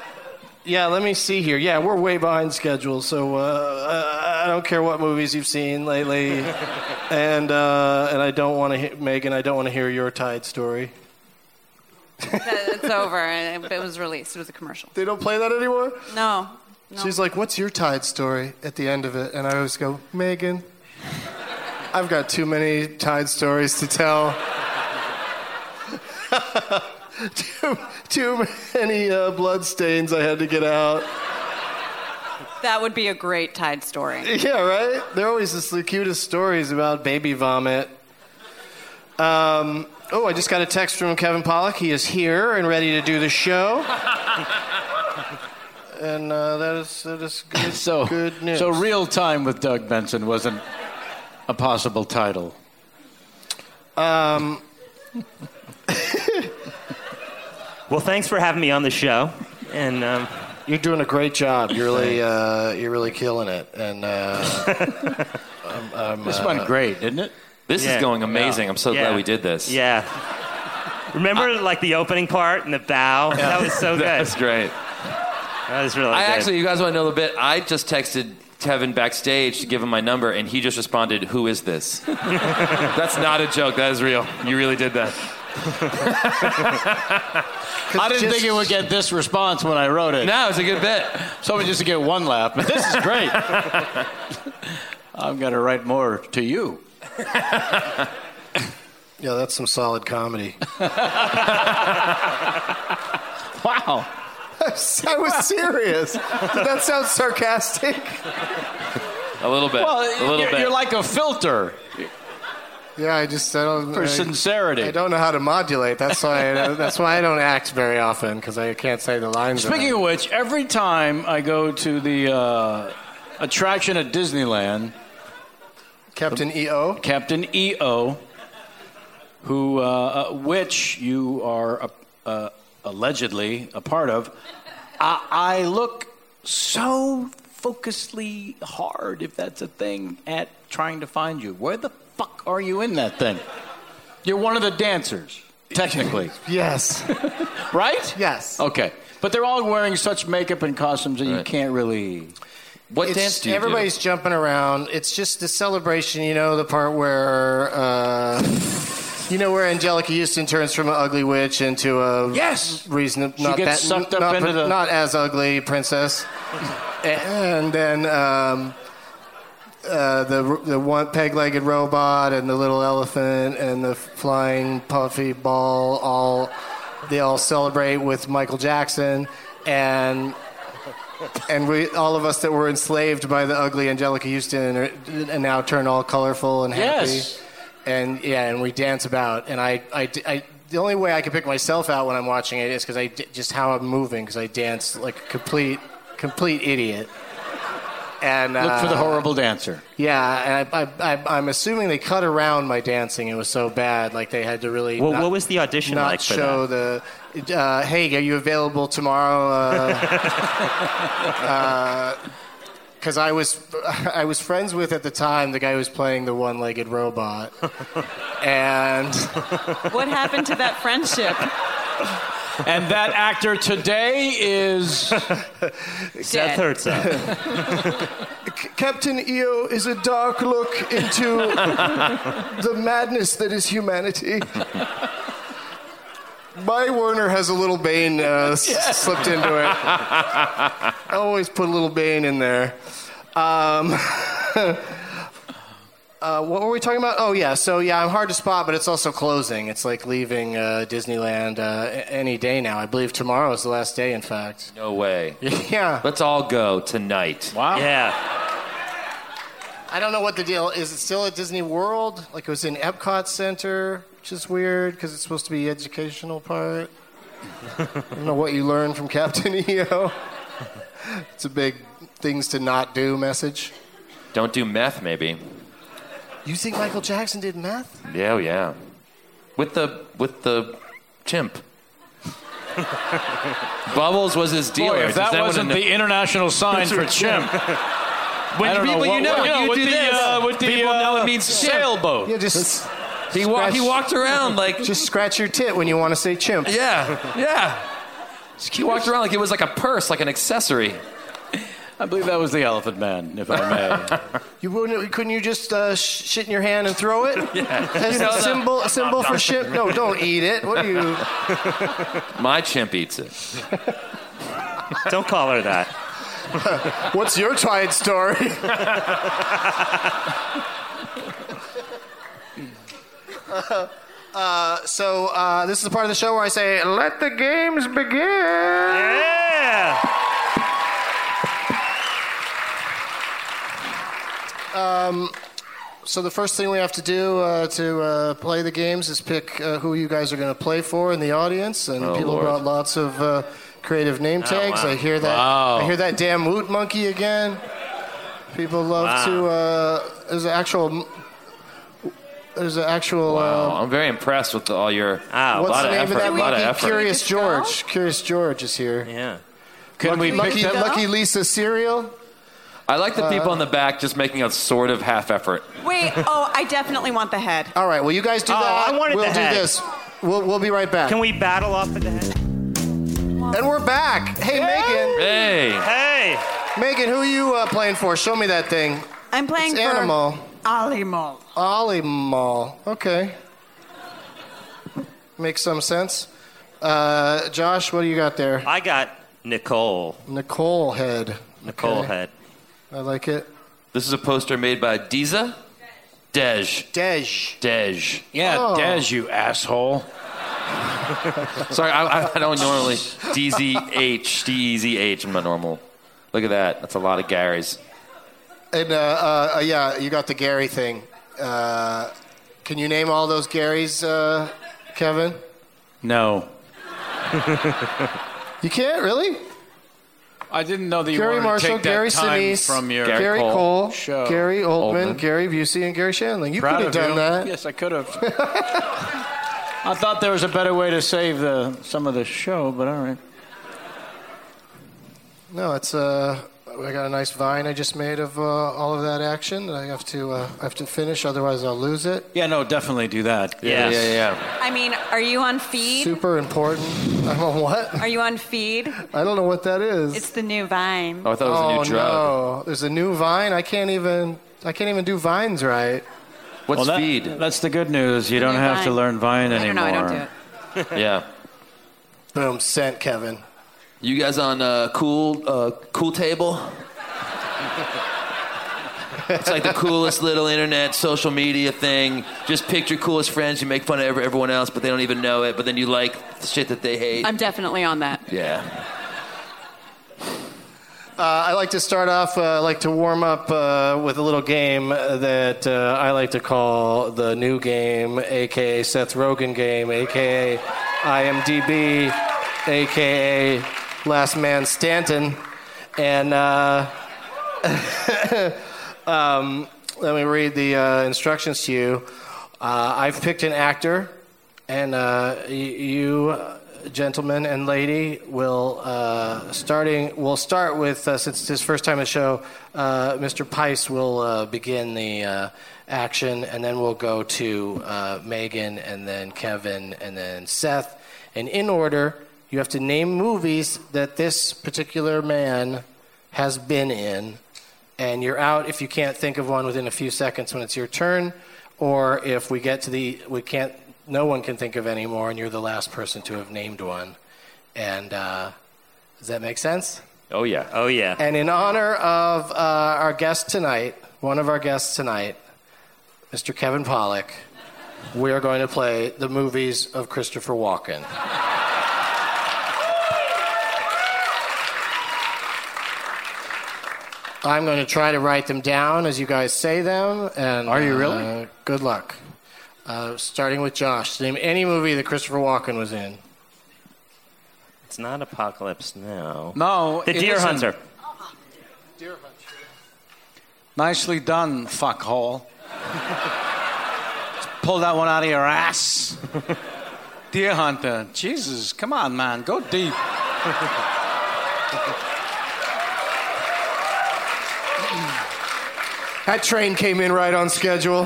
Speaker 2: yeah, let me see here. Yeah, we're way behind schedule, so uh, I I don't care what movies you've seen lately, <laughs> and uh, and I don't want to, he- Megan. I don't want to hear your Tide story.
Speaker 7: it's over. and It was released. It was a commercial.
Speaker 2: They don't play that anymore.
Speaker 7: No. no.
Speaker 2: She's like, "What's your Tide story?" At the end of it, and I always go, "Megan, I've got too many Tide stories to tell. <laughs> too, too many uh, blood stains I had to get out."
Speaker 7: that would be a great Tide story.
Speaker 2: Yeah, right? They're always just the cutest stories about baby vomit. Um, oh, I just got a text from Kevin Pollock. He is here and ready to do the show. and uh, that is that is good,
Speaker 5: So,
Speaker 2: good news.
Speaker 5: so real time with Doug Benson wasn't a possible title.
Speaker 2: um,
Speaker 8: Well, thanks for having me on the show. And um,
Speaker 2: you're doing a great job. You're really uh, you're really killing it. And uh,
Speaker 5: This went great, didn't it?
Speaker 4: This
Speaker 8: Yeah.
Speaker 4: is going amazing. I'm so
Speaker 8: Yeah.
Speaker 4: glad we did this.
Speaker 8: yeah.
Speaker 4: <laughs>
Speaker 8: Remember, like the opening part and the bow. That was so good.
Speaker 4: That's great.
Speaker 8: That was really
Speaker 4: I
Speaker 8: good.
Speaker 4: actually, you guys want to know the bit? I just texted Tevin backstage to give him my number, and he just responded, "Who is
Speaker 8: <laughs>
Speaker 4: this?" That's not a joke. That is real. You really did that.
Speaker 5: I didn't think it would get this response when I wrote it.
Speaker 4: No, it's a good bit.
Speaker 5: Someone just to get one laugh, but this is
Speaker 4: <laughs>
Speaker 5: great. I'm going to write more to you.
Speaker 2: Yeah, that's some solid comedy.
Speaker 5: wow.
Speaker 6: <laughs> I was serious. Did that sound sarcastic?
Speaker 4: A little bit.
Speaker 5: Well,
Speaker 4: a little
Speaker 5: you're,
Speaker 4: bit.
Speaker 5: you're like a filter.
Speaker 2: Yeah, I just I don't
Speaker 5: For
Speaker 2: I-
Speaker 5: sincerity.
Speaker 2: I don't know how to modulate. That's why I, that's why I don't act very often because I can't say the lines. right.
Speaker 5: Speaking of which, every time I go to the uh, attraction at Disneyland,
Speaker 2: Captain E EO,
Speaker 5: Captain EO, who uh, uh, which you are uh, uh, allegedly a part of, I, I look so focusedly hard, if that's a thing, at trying to find you. Where the fuck are you in that thing? You're one of the dancers,
Speaker 2: <laughs>
Speaker 5: technically.
Speaker 2: yes,
Speaker 5: right?
Speaker 2: yes.
Speaker 5: Okay. But they're all wearing such makeup and costumes that you
Speaker 4: Right.
Speaker 5: can't really.
Speaker 4: what
Speaker 2: It's-
Speaker 4: dance do you do?
Speaker 2: everybody's jumping around. It's just the celebration, you know, the part where uh, you know where Angelica Houston turns from an ugly witch into a
Speaker 5: Yes!
Speaker 2: reason
Speaker 5: She
Speaker 2: not
Speaker 5: gets
Speaker 2: that
Speaker 5: sucked up
Speaker 2: not,
Speaker 5: into the-
Speaker 2: not as
Speaker 5: <laughs>
Speaker 2: ugly princess, and then. Um, uh, the the one peg-legged robot and the little elephant and the flying puffy ball all they all celebrate with Michael Jackson and and we all of us that were enslaved by the ugly Angelica Houston are, and now turn all colorful and happy
Speaker 5: Yes.
Speaker 2: and yeah and we dance about and I, I, I the only way I can pick myself out when I'm watching it is because I d- just how I'm moving because I dance like a complete complete idiot and
Speaker 5: Look for the
Speaker 2: uh,
Speaker 5: horrible dancer.
Speaker 2: yeah, and I, I, I, I'm assuming they cut around my dancing. It was so bad, like they had to really.
Speaker 8: Well,
Speaker 2: not,
Speaker 8: what was the audition
Speaker 2: not
Speaker 8: like for
Speaker 2: show the. Uh, hey, are you available
Speaker 8: <laughs>
Speaker 2: tomorrow? Uh, Because I was, I was friends with at the time the guy who was playing the one-legged
Speaker 8: <laughs>
Speaker 2: robot, and
Speaker 9: What happened to that
Speaker 8: <laughs>
Speaker 9: friendship?
Speaker 5: And that actor today is.
Speaker 8: Seth Herzog.
Speaker 2: Captain EO is a dark look into the madness that is humanity. My Werner has a little Bane uh, s- slipped into it. I always put a little Bane in there. Um, <laughs> uh, what were we talking about? Oh, yeah. So, yeah, I'm hard to spot, but it's also closing. It's like leaving uh, Disneyland uh, a- any day now. I believe tomorrow is the last day, in fact.
Speaker 4: no way.
Speaker 2: Yeah.
Speaker 4: Let's all go tonight.
Speaker 5: Wow.
Speaker 8: yeah.
Speaker 2: I don't know what the deal is. It still at Disney World? Like it was in Epcot Center, which is weird because it's supposed to be educational part. I don't know what you learn from Captain <laughs> EO. it's a big things to not do message.
Speaker 4: Don't do meth, maybe.
Speaker 2: You think Michael Jackson did meth?
Speaker 4: Yeah, oh, yeah. With the with the chimp. Bubbles was his dealer.
Speaker 5: Boy, if
Speaker 4: Does
Speaker 5: that
Speaker 4: anyone
Speaker 5: wasn't
Speaker 4: know-
Speaker 5: the international sign for
Speaker 4: <laughs>
Speaker 5: chimp. I
Speaker 4: when
Speaker 5: don't
Speaker 4: you, but
Speaker 5: what-
Speaker 4: you know,
Speaker 5: what-
Speaker 4: you
Speaker 5: with
Speaker 4: do
Speaker 5: the,
Speaker 4: this,
Speaker 5: uh, with the,
Speaker 4: people know
Speaker 5: uh,
Speaker 4: it means chimp.
Speaker 5: sailboat.
Speaker 2: Yeah, just
Speaker 4: He, wa- he
Speaker 2: Scratch-
Speaker 4: walked around like,
Speaker 2: just scratch your tit when you want to say chimp.
Speaker 4: yeah, yeah. He walked around like it was like a purse, like an accessory.
Speaker 5: I believe that was the Elephant Man, if I
Speaker 2: <laughs>
Speaker 5: may.
Speaker 2: You wouldn't? Couldn't you just uh, sh- shit in your hand and throw it? <laughs> yeah. As
Speaker 4: know
Speaker 2: a
Speaker 4: that-
Speaker 2: symbol, a symbol for ship? No, don't eat it. What are you?
Speaker 4: My chimp eats it.
Speaker 8: Don't call her that.
Speaker 2: What's your tired story? Uh, so uh, this is the part of the show where I say, "Let the games begin."
Speaker 8: Yeah.
Speaker 2: So the first thing we have to do uh, to uh, play the games is pick uh, who you guys are going to play for in the audience, and
Speaker 4: Oh,
Speaker 2: people
Speaker 4: Lord.
Speaker 2: brought lots of uh, creative name tags.
Speaker 8: wow.
Speaker 2: I hear that.
Speaker 5: Wow.
Speaker 2: I hear that damn woot monkey again. People love
Speaker 8: Wow.
Speaker 2: to. Uh, there's an actual. There's an actual. uh,
Speaker 4: Wow, Oh, I'm very impressed with all your.
Speaker 8: Wow.
Speaker 2: What's
Speaker 4: lot
Speaker 2: the
Speaker 4: of
Speaker 2: name
Speaker 4: effort,
Speaker 2: of that
Speaker 4: lot of
Speaker 2: monkey?
Speaker 4: effort.
Speaker 2: Curious
Speaker 9: Can we just
Speaker 2: George. Curious George is here.
Speaker 8: Yeah.
Speaker 5: Can we pick
Speaker 2: Lucky,
Speaker 5: that?
Speaker 2: Lucky Lisa cereal.
Speaker 4: I like the people in the back just making a sort of half effort.
Speaker 7: Wait, oh, I definitely want the head.
Speaker 2: All right. Well, you guys do
Speaker 8: Oh,
Speaker 2: that.
Speaker 8: I wanted
Speaker 2: we'll
Speaker 8: the
Speaker 2: do
Speaker 8: head.
Speaker 2: this. We'll, we'll be right back.
Speaker 8: Can we battle off of that?
Speaker 9: Wah,
Speaker 2: And we're back. Hey, Megan.
Speaker 4: Hey.
Speaker 2: Hey. Megan, who are you uh, playing for? Show me that thing.
Speaker 7: I'm playing
Speaker 2: It's
Speaker 7: for
Speaker 2: Animal.
Speaker 7: Ollie Mall.
Speaker 2: Ollie Mall. Okay. Makes some sense. Uh, Josh, what do you got there?
Speaker 8: I got Nicole.
Speaker 2: Nicole Head.
Speaker 8: Nicole
Speaker 2: Okay.
Speaker 8: Head.
Speaker 2: I like it.
Speaker 4: This is a poster made by Diza Dej.
Speaker 2: Dej.
Speaker 4: Dej.
Speaker 5: Yeah,
Speaker 2: Oh.
Speaker 5: Dez, you asshole.
Speaker 4: Sorry, I, I- I don't normally D Z H D E Z H in my normal. Look at that. That's a lot of Garys.
Speaker 2: And uh, uh, uh, yeah, you got the Gary thing. Uh, can you name all those Garys, uh, Kevin?
Speaker 5: No.
Speaker 2: You can't really.
Speaker 5: I didn't know that you
Speaker 2: Gary
Speaker 5: wanted
Speaker 2: Marshall,
Speaker 5: to take that
Speaker 2: Gary
Speaker 5: time
Speaker 2: Sinise,
Speaker 5: from your
Speaker 2: Gary Cole,
Speaker 5: show.
Speaker 2: Gary Oldman,
Speaker 5: Oldman.
Speaker 2: Gary Busey, and Gary Shandling. You
Speaker 5: Proud
Speaker 2: could have
Speaker 5: of
Speaker 2: done
Speaker 5: you.
Speaker 2: that.
Speaker 5: Yes, I could have.
Speaker 2: <laughs>
Speaker 5: I thought there was a better way to save the some of the show, but all right.
Speaker 2: No, it's uh, I got a nice vine I just made of uh, all of that action. that I have to uh, I have to finish, otherwise I'll lose it.
Speaker 5: Yeah, no, definitely do that.
Speaker 4: Yes.
Speaker 5: Yeah, yeah,
Speaker 9: I mean, are you on feed?
Speaker 2: Super important. <laughs> I'm on what?
Speaker 9: Are you on feed?
Speaker 2: I don't know what that is.
Speaker 9: It's the new Vine.
Speaker 4: Oh, I thought it was a new
Speaker 2: oh
Speaker 4: drug.
Speaker 2: no, there's a new vine. I can't even I can't even do vines right.
Speaker 4: What's
Speaker 5: Well, that-
Speaker 4: feed?
Speaker 5: That's the good news. You don't have to
Speaker 9: Vine.
Speaker 5: learn Vine
Speaker 9: I don't know,
Speaker 5: anymore.
Speaker 9: I don't do it.
Speaker 4: yeah.
Speaker 2: Boom, sent Kevin.
Speaker 4: You guys on uh, cool uh, cool table? it's like the coolest little internet social media thing. Just pick your coolest friends. You make fun of every- everyone else, but they don't even know it. But then you like the shit that they hate.
Speaker 7: I'm definitely on that.
Speaker 4: yeah.
Speaker 2: Uh, I like to start off, uh, I like to warm up uh, with a little game that uh, I like to call the new game, aka Seth Rogen game, aka IMDb, aka Last Man Stanton. And uh, um, let me read the uh, instructions to you. Uh, I've picked an actor, and uh, y- you, uh, gentlemen and lady, will uh, starting. We'll start with uh, since it's his first time on the show. Uh, Mr. Pice will uh, begin the uh, action, and then we'll go to uh, Megan, and then Kevin, and then Seth. And in order, you have to name movies that this particular man has been in and you're out if you can't think of one within a few seconds when it's your turn, or if we get to the we can't no one can think of any more, and you're the last person to have named one. And uh, does that make sense?
Speaker 4: Oh yeah.
Speaker 8: Oh, yeah.
Speaker 2: And in honor of uh, our guest tonight, one of our guests tonight, Mr. Kevin Pollock, we are going to play the movies of Christopher Walken. I'm going to try to write them down as you guys say them. And
Speaker 5: Are you really?
Speaker 2: uh, good luck. Uh, starting with Josh, name any movie that Christopher Walken was in.
Speaker 8: It's not Apocalypse Now.
Speaker 5: No,
Speaker 8: The
Speaker 5: it
Speaker 8: Deer
Speaker 5: isn't.
Speaker 8: Hunter.
Speaker 5: Nicely done, fuckhole. <laughs> Pull that one out of your ass. Deer hunter. Jesus, come on, man. Go deep.
Speaker 2: That train came in right on schedule.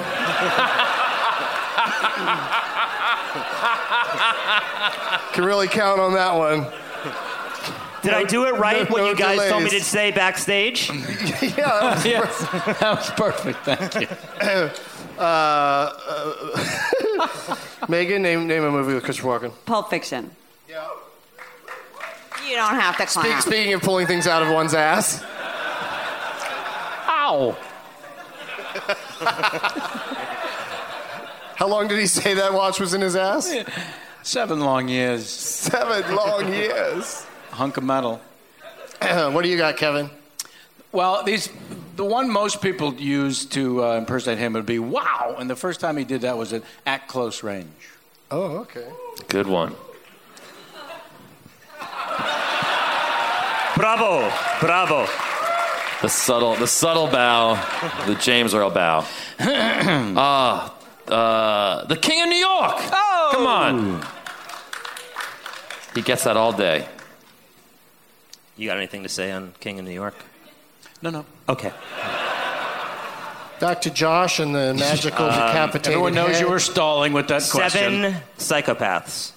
Speaker 2: Can really count on that one.
Speaker 8: Did I do it right?
Speaker 2: no-
Speaker 8: what
Speaker 2: no
Speaker 8: you guys told me
Speaker 2: delays.
Speaker 8: to say backstage?
Speaker 2: yeah.
Speaker 5: yes, <laughs> that was perfect. Thank you.
Speaker 2: Uh, uh, <laughs> Megan, name name a movie with Christopher Walken.
Speaker 7: Pulp Fiction. You don't have to
Speaker 2: Speak,
Speaker 7: clown.
Speaker 2: speaking of pulling things out of one's ass,
Speaker 5: Ow.
Speaker 2: how long did he say that watch was in his ass?
Speaker 5: Seven long years.
Speaker 2: Seven long years.
Speaker 5: Hunk of metal.
Speaker 2: <clears throat> what do you got, Kevin?
Speaker 5: Well, these the one most people use to uh, impersonate him would be wow, and the first time he did that was at, at close range.
Speaker 2: Oh, okay.
Speaker 4: Good one.
Speaker 8: Bravo. Bravo.
Speaker 4: The subtle, the subtle bow, the James Earl
Speaker 8: <clears throat>
Speaker 4: bow. Ah, uh, the King of New York. Oh, come on. He gets that all day.
Speaker 8: You got anything to say on King of New York?
Speaker 5: No, no.
Speaker 8: Okay.
Speaker 2: Back to Josh and the magical decapitated
Speaker 5: Everyone knows
Speaker 2: head.
Speaker 5: you were stalling with that question.
Speaker 8: Seven psychopaths.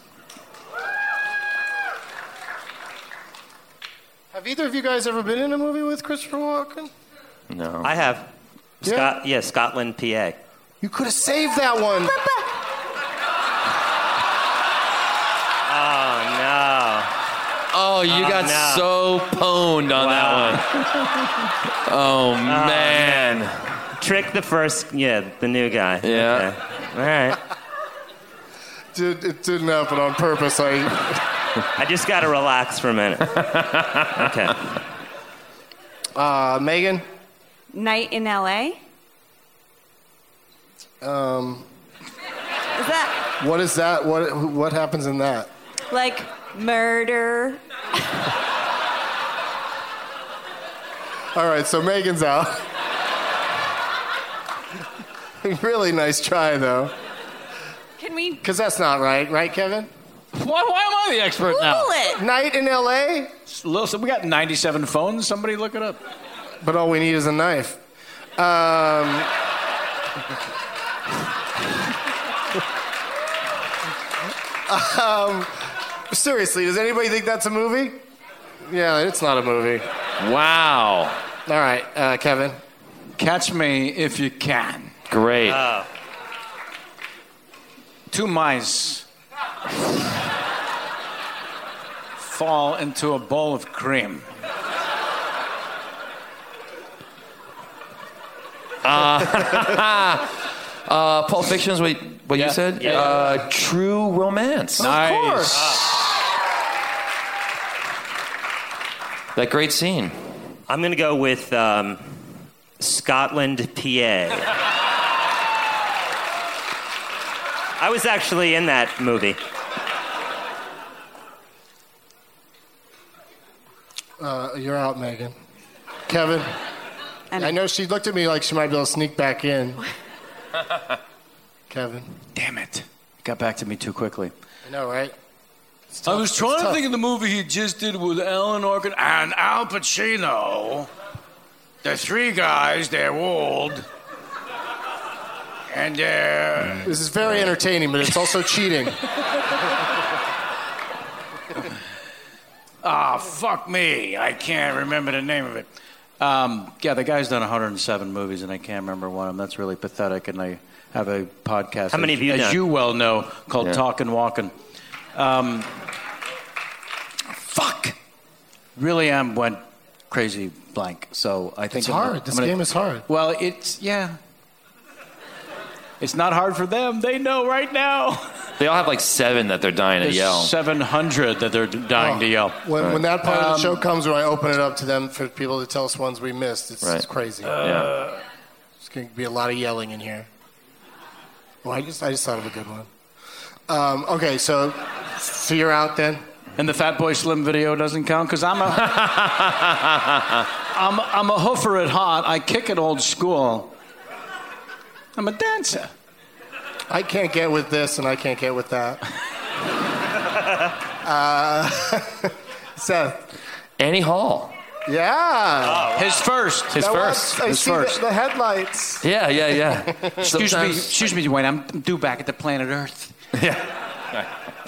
Speaker 2: either of you guys ever been in a movie with Christopher Walken?
Speaker 4: No.
Speaker 8: I have. Scott, yeah, Scotland, PA.
Speaker 2: You could have saved
Speaker 7: <laughs>
Speaker 2: that one.
Speaker 8: Oh, no.
Speaker 4: Oh, you
Speaker 8: Oh,
Speaker 4: got
Speaker 8: no.
Speaker 4: so pwned on that one. Oh, man.
Speaker 8: Trick the first, yeah, the new guy. Yeah. All right.
Speaker 2: Did, it didn't happen on purpose. I.
Speaker 8: I just got to relax for a minute. Okay.
Speaker 10: Uh, Megan?
Speaker 7: Night in LA?
Speaker 2: Um,
Speaker 7: Is that
Speaker 2: what is that? What what happens in that?
Speaker 7: like murder?
Speaker 2: All right, so Megan's out. <laughs> really nice try though,
Speaker 7: Can we
Speaker 2: because that's not right, right, Kevin?
Speaker 5: Why, why am I the expert now?
Speaker 7: Google it?
Speaker 2: Night in L.A.
Speaker 5: Little, so we got 97 phones. Somebody look it up.
Speaker 2: But all we need is a knife. Um, um, seriously, does anybody think that's a movie? Yeah, it's not a movie.
Speaker 4: Wow.
Speaker 2: All right, uh, Kevin.
Speaker 5: Catch me if you can.
Speaker 4: Great.
Speaker 5: Two mice fall into a bowl of cream.
Speaker 4: Uh, <laughs> Pulp Fiction's what, what
Speaker 5: Yeah.
Speaker 4: you said?
Speaker 5: Yeah.
Speaker 4: Uh, true romance.
Speaker 2: Ah.
Speaker 5: nice.
Speaker 4: That great scene.
Speaker 8: I'm going to go with um, Scotland, PA. I was actually in that movie.
Speaker 2: Uh, you're out, Megan. Kevin.
Speaker 11: And-
Speaker 2: I know she looked at me like she might be able to sneak back <laughs> in. Kevin.
Speaker 5: Damn it. Got back to me too quickly.
Speaker 2: I know, right?
Speaker 5: I was trying to think of the movie he just did with Alan Arkin and Al Pacino. The three guys, they're old. And they're.
Speaker 2: This is very entertaining, but it's also cheating.
Speaker 5: Ah, fuck me. I can't remember the name of it. Um, yeah, the guy's done 107 movies, and I can't remember one of them. That's really pathetic. And I have a podcast,
Speaker 8: How many
Speaker 5: as,
Speaker 8: have you
Speaker 5: as
Speaker 8: done?
Speaker 5: you well know, called
Speaker 4: Yeah.
Speaker 5: Talkin' Walkin'. Um, fuck. Really, am went crazy blank. So I think
Speaker 2: It's
Speaker 5: I'm gonna-
Speaker 2: hard. This
Speaker 5: I'm gonna-
Speaker 2: game is hard.
Speaker 5: Well, it's yeah. It's not hard for them. They know right now.
Speaker 4: They all have like seven that they're dying to
Speaker 5: There's
Speaker 4: yell.
Speaker 5: 700 that they're dying
Speaker 2: Oh.
Speaker 5: to yell.
Speaker 2: When, when that part of the
Speaker 5: Um,
Speaker 2: show comes, when I open it up to them for people to tell us ones we missed, it's, it's
Speaker 4: Right.
Speaker 2: crazy.
Speaker 4: yeah.
Speaker 2: It's going to be a lot of yelling in here. Well, I just, I just thought of a good one. Um, okay, so, so you're out then?
Speaker 5: And the Fat Boy Slim video doesn't count because I'm a, I'm, I'm a hoofer at heart. I kick it old school. I'm a dancer.
Speaker 2: I can't get with this and I can't get with
Speaker 4: <laughs>
Speaker 2: that. uh, <laughs> Seth.
Speaker 4: Annie Hall. Ah,
Speaker 2: Yeah.
Speaker 5: His first. His
Speaker 2: That
Speaker 4: first,
Speaker 2: was- I
Speaker 4: his
Speaker 2: see
Speaker 4: first.
Speaker 2: The, the headlights.
Speaker 4: Yeah, yeah, yeah.
Speaker 5: Excuse me,
Speaker 4: Sometimes-
Speaker 5: excuse me, Dwayne. I'm I'm due back at the planet Earth. Yeah.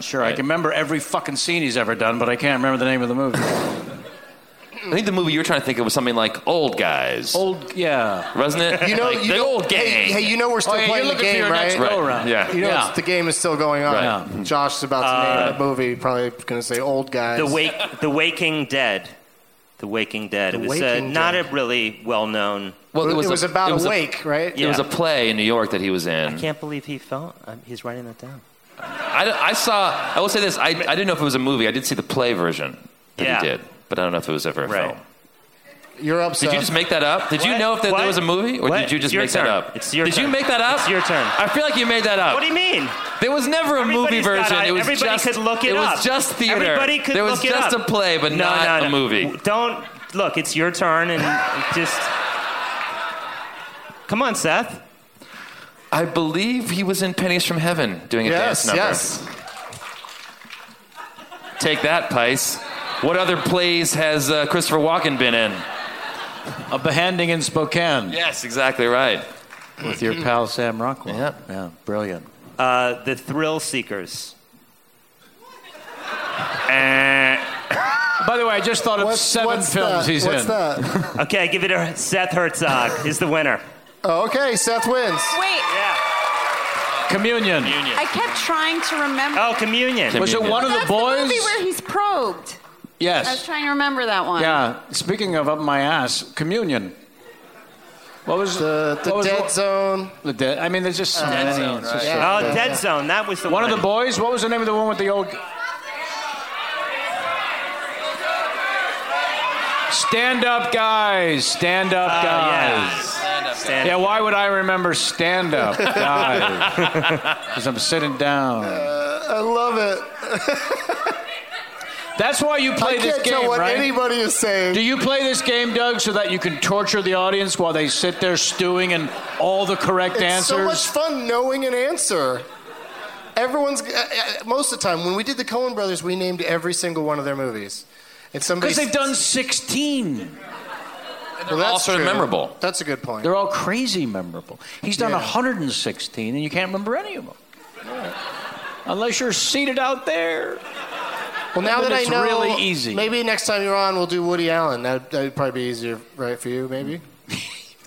Speaker 5: Sure, I can remember every fucking scene he's ever done, but I can't remember the name of the movie.
Speaker 4: I think the movie you were trying to think of was something like Old Guys,
Speaker 5: Old, yeah.
Speaker 4: wasn't it?
Speaker 2: You know,
Speaker 4: Like,
Speaker 2: you
Speaker 4: the
Speaker 2: know-
Speaker 4: old gang.
Speaker 2: Hey, hey, you know we're still
Speaker 5: Oh, yeah, you're
Speaker 2: playing the
Speaker 5: looking for
Speaker 2: game,
Speaker 5: your next
Speaker 2: right?
Speaker 4: Right.
Speaker 5: go round.
Speaker 4: Yeah.
Speaker 2: You know,
Speaker 5: Yeah.
Speaker 2: it's, the game is still going on. Mm-hmm.
Speaker 4: Right.
Speaker 2: Josh is about to name the movie. Probably going to say old guys.
Speaker 8: Uh, The Wake, The Waking Dead. The Waking Dead.
Speaker 2: The
Speaker 8: it was uh,
Speaker 2: Waking
Speaker 8: not
Speaker 2: Dead.
Speaker 8: a really well-known.
Speaker 4: Well,
Speaker 2: it was, about
Speaker 4: it was
Speaker 2: a wake, right?
Speaker 4: It was a play in New York that he was in.
Speaker 8: I can't believe he fell. Um, he's writing that down.
Speaker 4: I, I saw. I will say this. I, I didn't know if it was a movie. I did see the play version that
Speaker 8: Yeah.
Speaker 4: he did, but I don't know if it was ever a
Speaker 8: Right.
Speaker 4: film.
Speaker 2: You're up,
Speaker 4: Did
Speaker 2: Seth.
Speaker 4: you just make that up? Did you
Speaker 8: What?
Speaker 4: know if that,
Speaker 8: What?
Speaker 4: there was a movie, or
Speaker 8: What?
Speaker 4: did you
Speaker 8: It's
Speaker 4: just
Speaker 8: your
Speaker 4: make
Speaker 8: turn.
Speaker 4: that up?
Speaker 8: It's your
Speaker 4: did you
Speaker 8: turn.
Speaker 4: make that up?
Speaker 8: It's your turn.
Speaker 4: I feel like you made that up.
Speaker 8: What do you mean?
Speaker 4: There was never a movie
Speaker 8: Everybody's got
Speaker 4: version.
Speaker 8: eye-
Speaker 4: It was
Speaker 8: everybody
Speaker 4: just
Speaker 8: could look it,
Speaker 4: it
Speaker 8: up.
Speaker 4: was just theater.
Speaker 8: Everybody could
Speaker 4: there
Speaker 8: look
Speaker 4: was
Speaker 8: it
Speaker 4: just
Speaker 8: up.
Speaker 4: a play, but
Speaker 8: No,
Speaker 4: not
Speaker 8: no, no.
Speaker 4: a movie.
Speaker 8: Don't look. It's your turn, and just come on, Seth.
Speaker 4: I believe he was in Pennies from Heaven doing a dance
Speaker 2: yes,
Speaker 4: number.
Speaker 2: yes.
Speaker 4: Take that, Pice. What other plays has uh, Christopher Walken been in?
Speaker 5: A behanding in Spokane
Speaker 4: Yes, exactly right.
Speaker 5: with your pal Sam Rockwell.
Speaker 4: Yeah.
Speaker 5: Yeah, brilliant.
Speaker 8: Uh, the Thrill Seekers.
Speaker 5: By the way, I just thought of seven films he's in.
Speaker 8: that? okay, give it to Seth Herzog. Is the winner.
Speaker 2: Oh, okay, Seth wins.
Speaker 7: Wait,
Speaker 5: Communion.
Speaker 7: I kept trying to remember.
Speaker 8: Oh, communion.
Speaker 5: Was it one of the
Speaker 7: That's
Speaker 5: boys?
Speaker 7: The movie where he's probed. I was
Speaker 5: yes.
Speaker 7: trying to remember that one.
Speaker 5: Yeah. Speaking of up my ass, communion. What was the,
Speaker 2: Uh, the Dead Zone?
Speaker 5: The dead. I mean, there's just so
Speaker 8: Dead
Speaker 5: many.
Speaker 8: Zone,
Speaker 5: It's just
Speaker 8: right.
Speaker 5: so
Speaker 8: Oh,
Speaker 5: many.
Speaker 8: Dead Zone. That was the
Speaker 5: one of
Speaker 8: one.
Speaker 5: the boys. What was the name of the one with the old? Stand up, guys. Stand up,
Speaker 8: Oh, yeah.
Speaker 5: guys.
Speaker 8: Stand up, guys.
Speaker 5: Yeah, why would I remember stand up,
Speaker 8: <laughs>
Speaker 5: guys? <laughs> Because I'm sitting down.
Speaker 2: Uh, I love it. <laughs>
Speaker 5: That's why you play
Speaker 2: I
Speaker 5: this
Speaker 2: can't
Speaker 5: game,
Speaker 2: tell what
Speaker 5: right?
Speaker 2: anybody is saying.
Speaker 5: Do you play this game, Doug, so that you can torture the audience while they sit there stewing in all the correct
Speaker 2: it's
Speaker 5: answers?
Speaker 2: so much fun knowing an answer. Everyone's uh, uh, most of the time when we did the Coen Brothers, we named every single one of their movies. And somebody
Speaker 5: because they've done 16.
Speaker 2: well, that's
Speaker 4: all sort of
Speaker 2: true.
Speaker 4: memorable.
Speaker 2: That's a good point.
Speaker 5: They're all crazy memorable. He's done
Speaker 2: Yeah.
Speaker 5: 116, and you can't remember any of them. Unless you're seated out there.
Speaker 2: Well, now
Speaker 5: Then
Speaker 2: that I
Speaker 5: it's
Speaker 2: know,
Speaker 5: really easy.
Speaker 2: Maybe next time you're on, we'll do Woody Allen. That would probably be easier, right, for you, maybe.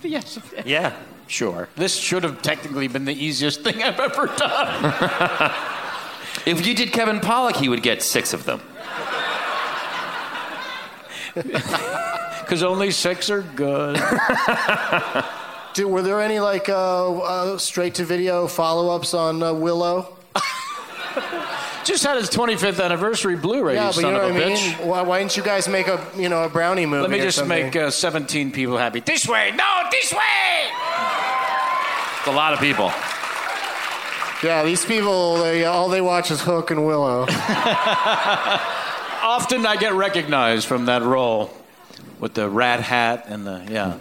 Speaker 5: Yes.
Speaker 8: Yeah.
Speaker 5: Sure. This should have technically been the easiest thing I've ever done.
Speaker 4: If you did Kevin Pollock, he would get six of them.
Speaker 5: Because only six are
Speaker 2: <laughs>
Speaker 5: good.
Speaker 2: Do, were there any like uh, uh, straight to video follow ups on uh, Willow?
Speaker 5: Just had his 25th anniversary Blu-ray, you
Speaker 2: yeah, but
Speaker 5: son
Speaker 2: you know
Speaker 5: of
Speaker 2: what
Speaker 5: a
Speaker 2: I mean.
Speaker 5: bitch.
Speaker 2: Why, why didn't you guys make a you know a brownie movie?
Speaker 5: Let me
Speaker 2: or
Speaker 5: just
Speaker 2: something?
Speaker 5: make uh, 17 people happy. This way! No, this way!
Speaker 4: It's a lot of people.
Speaker 2: Yeah, these people, they, all they watch is Hook
Speaker 5: <laughs>
Speaker 2: and Willow.
Speaker 5: Often I get recognized from that role with the rat hat and the, yeah.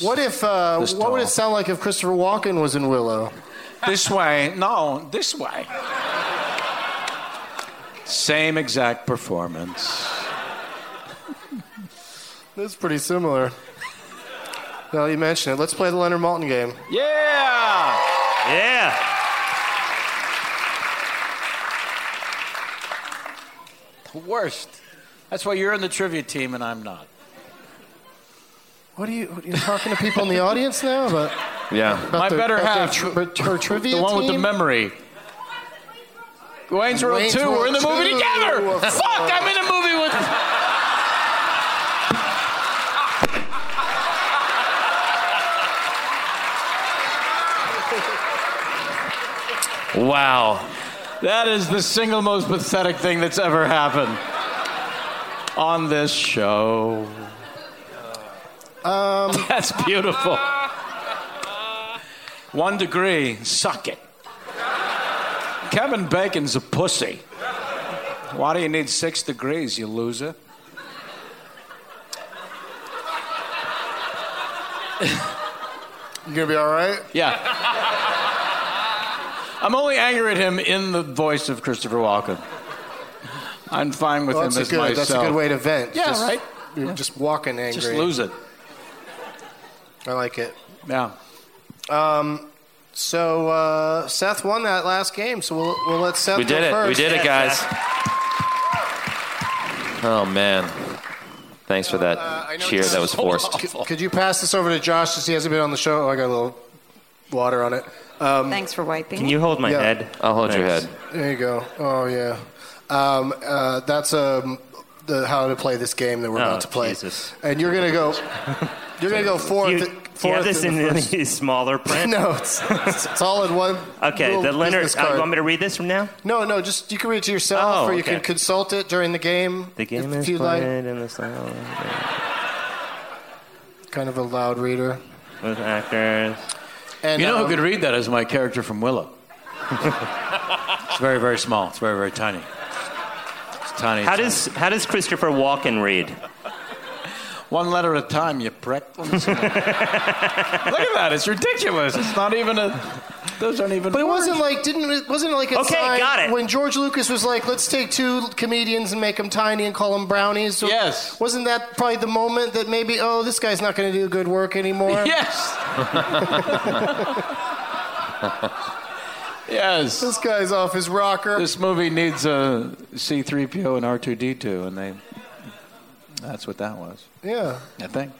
Speaker 2: what if? Uh,
Speaker 5: This
Speaker 2: what would it
Speaker 5: tall.
Speaker 2: sound like if Christopher Walken was in Willow?
Speaker 5: This way. No, this way. Same exact performance.
Speaker 2: That's pretty similar. Now you mentioned it. Let's play the Leonard Malton game.
Speaker 5: Yeah!
Speaker 8: Yeah.
Speaker 5: The worst. That's why you're in the trivia team and I'm not.
Speaker 2: What are you? What, you're talking to people in the audience <laughs> now? But
Speaker 4: Yeah.
Speaker 5: My
Speaker 2: their-
Speaker 5: better
Speaker 2: about their
Speaker 5: half,
Speaker 2: tri- her
Speaker 5: <laughs>
Speaker 2: trivia
Speaker 5: the one with the
Speaker 2: team?
Speaker 5: memory. Wayne's World
Speaker 2: Wayne's
Speaker 5: 2, we're in
Speaker 2: World
Speaker 5: the movie
Speaker 2: 2,
Speaker 5: together!
Speaker 2: of
Speaker 5: Fuck, I'm in a movie with.
Speaker 4: Wow.
Speaker 5: That is the single most pathetic thing that's ever happened on this show. Um, <laughs> that's beautiful. One degree, suck it. Kevin Bacon's a pussy. Why do you need six degrees, you loser?
Speaker 2: You gonna be all right?
Speaker 5: Yeah. I'm only angry at him in the voice of Christopher Walken. I'm fine with
Speaker 2: Well,
Speaker 5: him
Speaker 2: that's a
Speaker 5: as
Speaker 2: good.
Speaker 5: myself.
Speaker 2: That's a good way to vent.
Speaker 5: Yeah,
Speaker 2: just,
Speaker 5: right.
Speaker 2: You're just walking angry.
Speaker 5: Just lose it.
Speaker 2: I like it.
Speaker 5: Yeah.
Speaker 2: So uh, Seth won that last game. So we'll, we'll let Seth
Speaker 4: We did
Speaker 2: go
Speaker 4: it.
Speaker 2: first.
Speaker 4: We did it, guys. Oh, man. Thanks for
Speaker 2: Uh, I
Speaker 4: that
Speaker 2: know
Speaker 4: cheer.
Speaker 2: it's-
Speaker 4: That was forced.
Speaker 2: Could, could you pass this over to Josh since he hasn't been on the show? Oh, I got a little water on it.
Speaker 9: Thanks for wiping.
Speaker 8: Can you hold my
Speaker 2: Yeah.
Speaker 8: head?
Speaker 4: I'll hold your
Speaker 8: Thanks.
Speaker 4: head.
Speaker 2: There you go. Oh yeah. Um, uh, that's um, the, how to play this game that we're
Speaker 8: Oh,
Speaker 2: about to play.
Speaker 8: Jesus.
Speaker 2: And you're gonna
Speaker 8: <laughs>
Speaker 2: go. You're gonna go fourth.
Speaker 8: Do you, do
Speaker 2: fourth
Speaker 8: you have this in
Speaker 2: the
Speaker 8: the smaller
Speaker 2: <laughs>
Speaker 8: print?
Speaker 2: No, it's, it's, it's all in one.
Speaker 8: Okay,
Speaker 2: little
Speaker 8: the Leonard.
Speaker 2: business
Speaker 8: Uh,
Speaker 2: card.
Speaker 8: you want me to read this from now?
Speaker 2: No, no, just you can read it to yourself,
Speaker 8: Oh,
Speaker 2: or you
Speaker 8: okay.
Speaker 2: can consult it during the game.
Speaker 8: The game
Speaker 2: if
Speaker 8: is
Speaker 2: you like.
Speaker 8: played in the silent
Speaker 2: Kind of a loud reader.
Speaker 8: with actors.
Speaker 2: And
Speaker 5: You know
Speaker 2: um,
Speaker 5: who could read that is my character from Willow. <laughs> it's very, very small. It's very, very tiny. It's tiny.
Speaker 8: How
Speaker 5: tiny.
Speaker 8: does how does Christopher Walken read?
Speaker 5: one letter at a time, you prick? <laughs> Look at that. It's ridiculous. It's not even a. Those aren't even.
Speaker 2: But it
Speaker 5: words.
Speaker 2: wasn't like didn't it wasn't it like a
Speaker 8: Okay,
Speaker 2: sign
Speaker 8: got it.
Speaker 2: when George Lucas was like, let's take two comedians and make them tiny and call them brownies.
Speaker 5: Yes.
Speaker 2: Wasn't that probably the moment that maybe oh this guy's not going to do good
Speaker 5: <laughs>
Speaker 2: work anymore? <laughs>
Speaker 5: Yes. yes.
Speaker 2: This guy's off his rocker.
Speaker 5: This movie needs a C3PO and R2D2, and they That's what that was.
Speaker 2: Yeah.
Speaker 5: I think.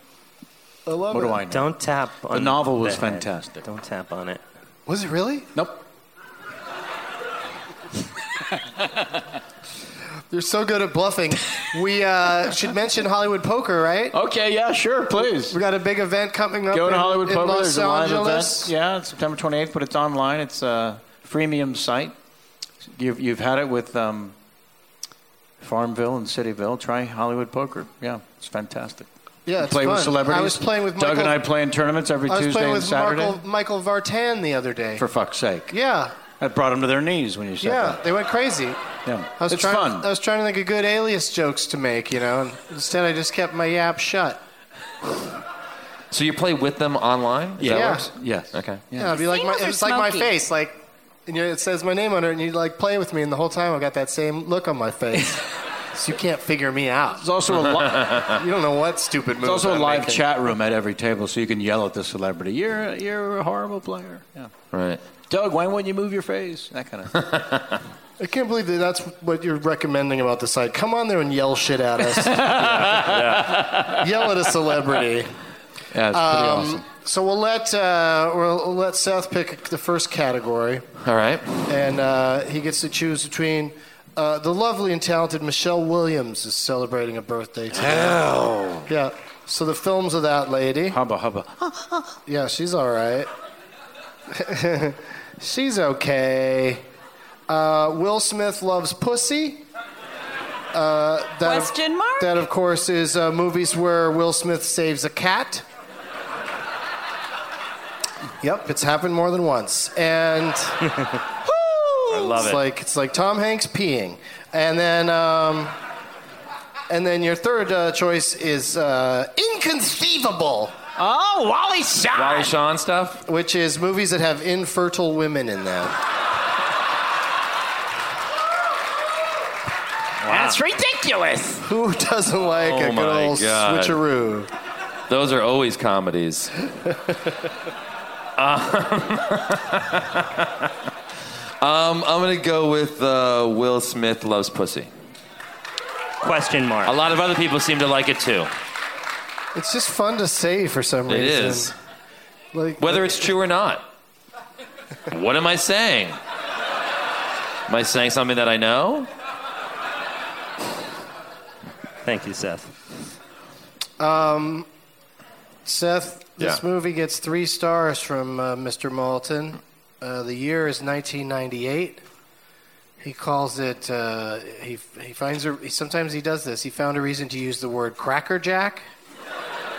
Speaker 2: I love
Speaker 5: What
Speaker 2: it.
Speaker 5: do I know?
Speaker 8: Don't tap
Speaker 5: The
Speaker 8: on
Speaker 5: novel was
Speaker 8: the head.
Speaker 5: fantastic.
Speaker 8: Don't tap on it.
Speaker 2: Was it really?
Speaker 5: Nope.
Speaker 2: You're so good at bluffing.
Speaker 5: <laughs>
Speaker 2: we uh, should mention Hollywood Poker, right?
Speaker 5: Okay, yeah, sure, please.
Speaker 2: We got a big event coming up.
Speaker 5: Go to
Speaker 2: in-
Speaker 5: Hollywood
Speaker 2: in
Speaker 5: Poker.
Speaker 2: Los
Speaker 5: There's a live
Speaker 2: Angeles.
Speaker 5: event. Yeah, it's September 28th, but it's online. It's a freemium site. You've, you've had it with um, Farmville and Cityville. Try Hollywood Poker. Yeah, it's fantastic.
Speaker 2: Yeah,
Speaker 5: You
Speaker 2: it's
Speaker 5: play with
Speaker 2: fun.
Speaker 5: celebrities.
Speaker 2: I was playing with
Speaker 5: Doug
Speaker 2: Michael-
Speaker 5: and I play in tournaments every
Speaker 2: I was
Speaker 5: Tuesday
Speaker 2: playing
Speaker 5: and
Speaker 2: with
Speaker 5: Saturday.
Speaker 2: Michael, Michael Vartan the other day.
Speaker 5: For fuck's sake,
Speaker 2: yeah,
Speaker 5: that brought them to their knees when you said
Speaker 2: yeah,
Speaker 5: that.
Speaker 2: they went crazy.
Speaker 5: Yeah,
Speaker 2: I was
Speaker 5: it's
Speaker 2: trying, uh,
Speaker 5: fun.
Speaker 2: I was trying to think of good alias jokes to make, you know, and instead I just kept my yap shut.
Speaker 4: So you play with them online? Is
Speaker 2: Yeah.
Speaker 4: that
Speaker 2: Yeah.
Speaker 4: works?
Speaker 5: Yes.
Speaker 4: Okay.
Speaker 2: Yeah, it'd be like my,
Speaker 9: Singles are
Speaker 2: it's like my
Speaker 9: smoky.
Speaker 2: face, like, and you know, it says my name on it, and you like play with me, and the whole time I got that same look on
Speaker 5: <laughs>
Speaker 2: my face. so you can't figure me out.
Speaker 5: There's also a
Speaker 8: <laughs>
Speaker 5: li-
Speaker 2: You don't know what stupid move.
Speaker 5: There's also a
Speaker 2: I'm
Speaker 5: live
Speaker 2: making.
Speaker 5: chat room at every table, so you can yell at the celebrity. You're you're a horrible player. Yeah.
Speaker 4: Right.
Speaker 5: Doug, why wouldn't you move your face? That kind of.
Speaker 2: I can't believe that that's what you're recommending about the site. Come on there and yell shit
Speaker 5: <laughs>
Speaker 2: at us. Yell at a celebrity. Um,
Speaker 5: Yeah, it's pretty awesome.
Speaker 2: So we'll let uh, we'll we'll let Seth pick the first category,
Speaker 4: All right.
Speaker 2: and uh, he gets to choose between uh, the lovely and talented Michelle Williams is celebrating a birthday today.
Speaker 4: Oh.
Speaker 2: yeah. So the films of that lady.
Speaker 5: Hubba hubba.
Speaker 2: Yeah, she's all right. <laughs> she's okay. Uh, Will Smith loves pussy. Uh, that
Speaker 9: Question mark?
Speaker 2: That, of course, is uh, movies where Will Smith saves a cat. Yep, it's happened more than once, and
Speaker 4: I love
Speaker 2: it's
Speaker 4: it.
Speaker 2: like it's like Tom Hanks peeing, and then um, and then your third uh, choice is uh, inconceivable.
Speaker 5: Oh, Wally Shaw.
Speaker 4: Wally Shawn stuff?
Speaker 2: which is movies that have infertile women in them.
Speaker 5: That's ridiculous.
Speaker 2: Who doesn't like
Speaker 4: Oh
Speaker 2: a good
Speaker 4: my
Speaker 2: old
Speaker 4: God.
Speaker 2: switcheroo?
Speaker 4: Those are always comedies. um, um, I'm going to go with uh, Will Smith Loves Pussy.
Speaker 8: Question mark.
Speaker 4: A lot of other people seem to like it too.
Speaker 2: It's just fun to say for some
Speaker 4: It
Speaker 2: reason.
Speaker 4: is.
Speaker 2: Like
Speaker 4: Whether it's true or not. What am I saying? Am I saying something that I know?
Speaker 8: Thank you, Seth.
Speaker 2: Seth, this
Speaker 4: Yeah.
Speaker 2: movie gets three stars from uh, Mr. Malton. Uh, the year is 1998. He calls it. Uh, he he finds a. He, sometimes he does this. He found a reason to use the word crackerjack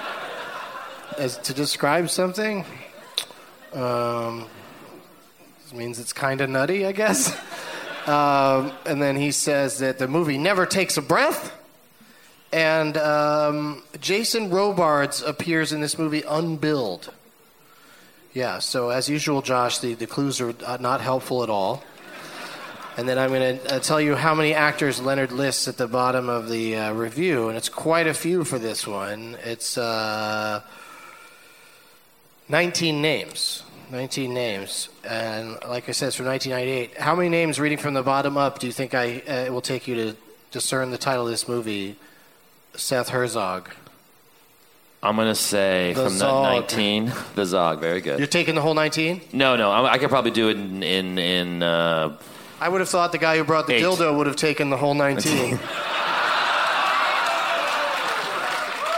Speaker 2: <laughs> as to describe something. Um, this means it's kind of nutty, I guess. <laughs> um, and then he says that the movie never takes a breath. And um, Jason Robards appears in this movie unbilled. Yeah, so as usual, Josh, the, the clues are uh, not helpful at all. And then I'm going to uh, tell you how many actors Leonard lists at the bottom of the uh, review, and it's quite a few for this one. It's uh, 19 names. 19 names. And like I said, it's from 1998. How many names, reading from the bottom up, do you think I, uh, it will take you to discern the title of this movie? Seth Herzog.
Speaker 4: I'm going to say
Speaker 2: The
Speaker 4: from
Speaker 2: Zog.
Speaker 4: the 19, the Zog. Very good.
Speaker 2: You're taking the whole 19?
Speaker 4: No, no, I, I could probably do it in in, in uh,
Speaker 2: I would have thought the guy who brought the
Speaker 4: Eight.
Speaker 2: dildo would have taken the whole
Speaker 4: <laughs>
Speaker 2: 19.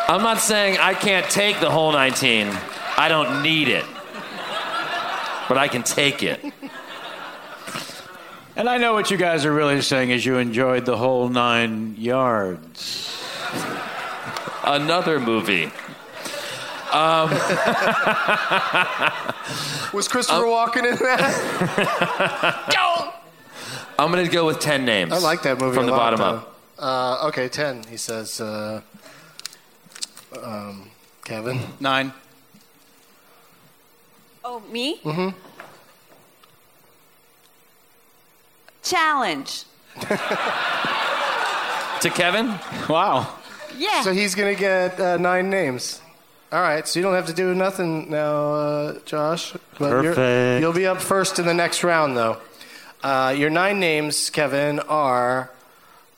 Speaker 4: I'm not saying I can't take the whole 19. I don't need it. But I can take it.
Speaker 5: And I know what you guys are really saying is you enjoyed the whole nine yards.
Speaker 4: Another movie.
Speaker 2: Was Christopher
Speaker 8: Oh.
Speaker 2: Walken in
Speaker 8: <laughs>
Speaker 2: that?
Speaker 4: I'm going to go with 10 names.
Speaker 2: I like that movie
Speaker 4: From
Speaker 2: a
Speaker 4: the
Speaker 2: lot,
Speaker 4: bottom
Speaker 2: though.
Speaker 4: up.
Speaker 2: Uh, okay, 10. He says, uh, um, Kevin.
Speaker 5: Nine.
Speaker 9: Oh, me? Mm-hmm. Challenge.
Speaker 4: To Kevin?
Speaker 5: Wow.
Speaker 9: Yeah.
Speaker 2: So he's going to get uh, nine names. All right, so you don't have to do nothing now, uh, Josh. But you're-
Speaker 8: Perfect.
Speaker 2: You'll be up first in the next round, though. Uh, your nine names, Kevin, are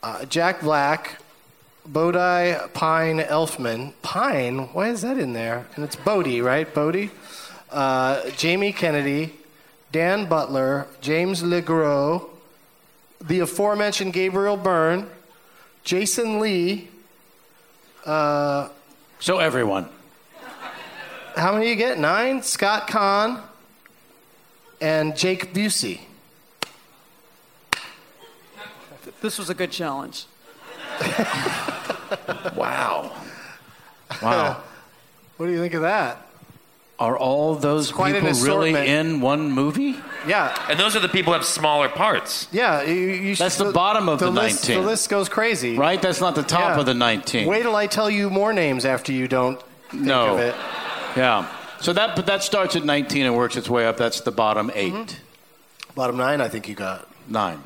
Speaker 2: uh, Jack Black, Bodie Pine Elfman. Pine? Why is that in there? And it's Bodie, right? Bodie. Uh, Jamie Kennedy, Dan Butler, James LeGros, the aforementioned Gabriel Byrne, Jason Lee. Uh,
Speaker 5: so everyone.
Speaker 2: How many you get? Nine? Scott Kahn and Jake Busey.
Speaker 12: This was a good challenge.
Speaker 5: Wow. Wow.
Speaker 2: what do you think of that?
Speaker 5: Are all those
Speaker 2: quite an
Speaker 5: people really
Speaker 2: assortment.
Speaker 5: in one movie?
Speaker 2: Yeah.
Speaker 4: And those are the people who have smaller parts.
Speaker 2: Yeah, you, you
Speaker 5: That's the bottom of the
Speaker 2: list,
Speaker 5: 19.
Speaker 2: The list goes crazy.
Speaker 5: Right? That's not the top
Speaker 2: Yeah.
Speaker 5: of the 19.
Speaker 2: Wait till I tell you more names after you don't think
Speaker 5: no.
Speaker 2: of it.
Speaker 5: Yeah. So that but that starts at 19 and works its way up. That's the bottom 8.
Speaker 2: Bottom nine, I think you got.
Speaker 5: 9.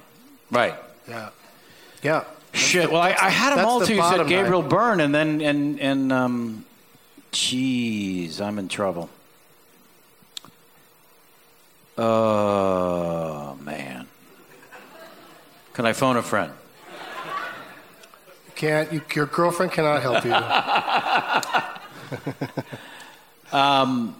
Speaker 5: Right.
Speaker 2: Yeah. Yeah.
Speaker 5: Shit. Well, I, I had them
Speaker 2: That's
Speaker 5: all
Speaker 2: the
Speaker 5: too. You said
Speaker 2: bottom
Speaker 5: Gabriel
Speaker 2: nine.
Speaker 5: Byrne, and then and and um, jeez, I'm in trouble. Oh man. Can I phone a friend?
Speaker 2: You can't, you, your girlfriend cannot help you.
Speaker 5: <laughs> Um,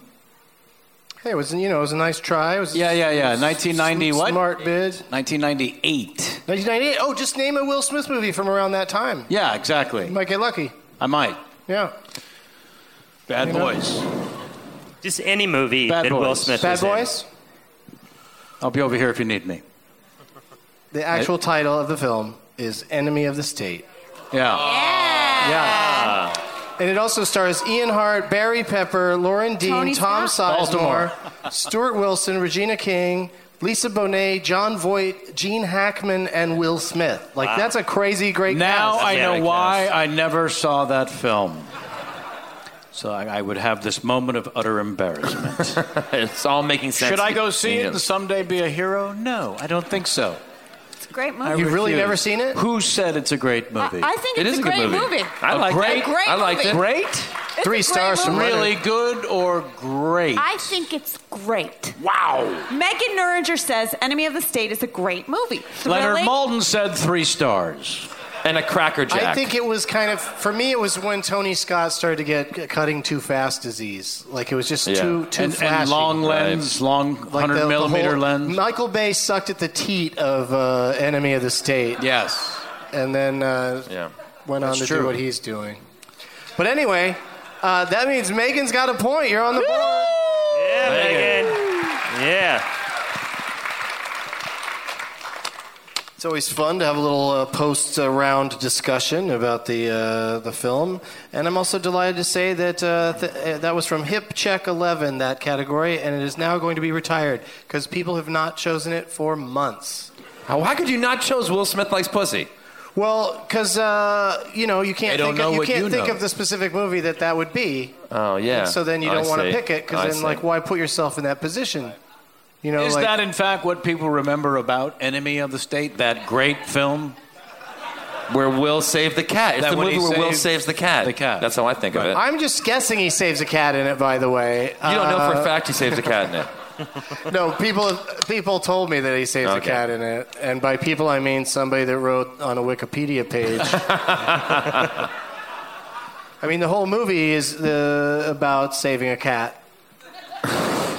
Speaker 2: hey, it was, you know, it was a nice try. It was
Speaker 5: yeah, yeah, yeah.
Speaker 2: s-
Speaker 5: 1990
Speaker 2: s-
Speaker 5: what?
Speaker 2: Smart bid.
Speaker 5: 1998.
Speaker 2: 1998. Oh, just name a Will Smith movie from around that time.
Speaker 5: Yeah, exactly.
Speaker 2: You might get lucky.
Speaker 5: I might.
Speaker 2: Yeah.
Speaker 5: Bad
Speaker 2: You know?
Speaker 5: boys.
Speaker 8: Just any movie
Speaker 5: Bad
Speaker 8: that Will
Speaker 5: Boys.
Speaker 8: Smith
Speaker 2: Bad
Speaker 8: was in.
Speaker 2: Boys.
Speaker 5: I'll be over here if you need me.
Speaker 2: The actual title of the film is Enemy of the State.
Speaker 5: Yeah.
Speaker 2: Yeah. And it also stars Ian Hart, Barry Pepper, Lauren Dean,
Speaker 9: Tony
Speaker 2: Tom
Speaker 9: Scott?
Speaker 2: Sizemore, Stuart Wilson, Regina King, Lisa Bonet, John Voight, Gene Hackman, and Will Smith. Like, that's a crazy, great
Speaker 5: Now
Speaker 2: cast.
Speaker 5: I know why I never saw that film. So I, I would have this moment of utter embarrassment.
Speaker 4: <laughs> it's all making sense.
Speaker 5: Should I go see it
Speaker 4: Yeah.
Speaker 5: and someday be a hero? No, I don't think so.
Speaker 9: It's a great
Speaker 5: I
Speaker 9: movie.
Speaker 2: You've really
Speaker 5: refuse.
Speaker 2: never seen it?
Speaker 5: Who said it's a great movie?
Speaker 9: I- I think it's a
Speaker 5: good
Speaker 9: great movie.
Speaker 4: I
Speaker 5: A
Speaker 4: liked it.
Speaker 5: great,
Speaker 9: Great
Speaker 4: I liked
Speaker 9: movie.
Speaker 4: it.
Speaker 5: Great?
Speaker 9: It's a
Speaker 2: Three
Speaker 9: great
Speaker 2: stars from
Speaker 9: movie.
Speaker 5: Really good or great?
Speaker 9: I think it's great.
Speaker 5: wow.
Speaker 9: Megan Nuringer says Enemy of the State is a great movie.
Speaker 5: Leonard
Speaker 9: Thrilling.
Speaker 5: Maltin said three stars.
Speaker 4: And a cracker jack.
Speaker 2: I think it was kind of for me. It was when Tony Scott started to get cutting too fast disease. Like it was just
Speaker 4: Yeah.
Speaker 2: too too
Speaker 5: and, and
Speaker 2: flashy.
Speaker 5: long lens, long
Speaker 2: Like
Speaker 5: 100
Speaker 2: the- the
Speaker 5: millimeter
Speaker 2: whole-
Speaker 5: lens.
Speaker 2: Michael Bay sucked at the teat of uh, Enemy of the State,
Speaker 5: yes.
Speaker 2: and then uh,
Speaker 4: yeah.
Speaker 2: went on
Speaker 5: That's
Speaker 2: to do
Speaker 5: true.
Speaker 2: what he's doing. But anyway, uh, that means Megan's got a point. You're on the board.
Speaker 8: Yeah, Megan. Yeah.
Speaker 2: It's always fun to have a little uh, post-round discussion about the uh, the film, and I'm also delighted to say that uh, th- uh, that was from Hip Check 11 that category, and it is now going to be retired because people have not chosen it for months.
Speaker 4: How, how could you not chose Will Smith likes pussy?
Speaker 2: Well, because uh, you know you
Speaker 5: They
Speaker 2: can't
Speaker 5: don't
Speaker 2: think of,
Speaker 5: know
Speaker 2: you
Speaker 5: what
Speaker 2: can't
Speaker 5: you
Speaker 2: think
Speaker 5: know.
Speaker 2: of the specific movie that that would be,
Speaker 4: Oh yeah.
Speaker 2: so then you
Speaker 4: I
Speaker 2: don't want to
Speaker 4: see.
Speaker 2: pick it because
Speaker 4: I
Speaker 2: then
Speaker 4: see.
Speaker 2: like why put yourself in that position? You know,
Speaker 5: Is
Speaker 2: like,
Speaker 5: that in fact what people remember about Enemy of the State? That great film.
Speaker 4: where Will saved the cat? It's
Speaker 5: That
Speaker 4: the
Speaker 5: when
Speaker 4: movie
Speaker 5: he
Speaker 4: where Will
Speaker 5: saved
Speaker 4: saves the cat.
Speaker 5: the cat.
Speaker 4: That's how I think of it.
Speaker 2: I'm just guessing he saves a cat in it. By the way,
Speaker 4: you don't know for
Speaker 2: Uh,
Speaker 4: a fact he saves the cat in it.
Speaker 2: No, people people told me that he saves a
Speaker 4: Okay.
Speaker 2: cat in it, and by people I mean somebody that wrote on a Wikipedia
Speaker 4: <laughs>
Speaker 2: page. I mean, the whole movie is the, about saving a cat.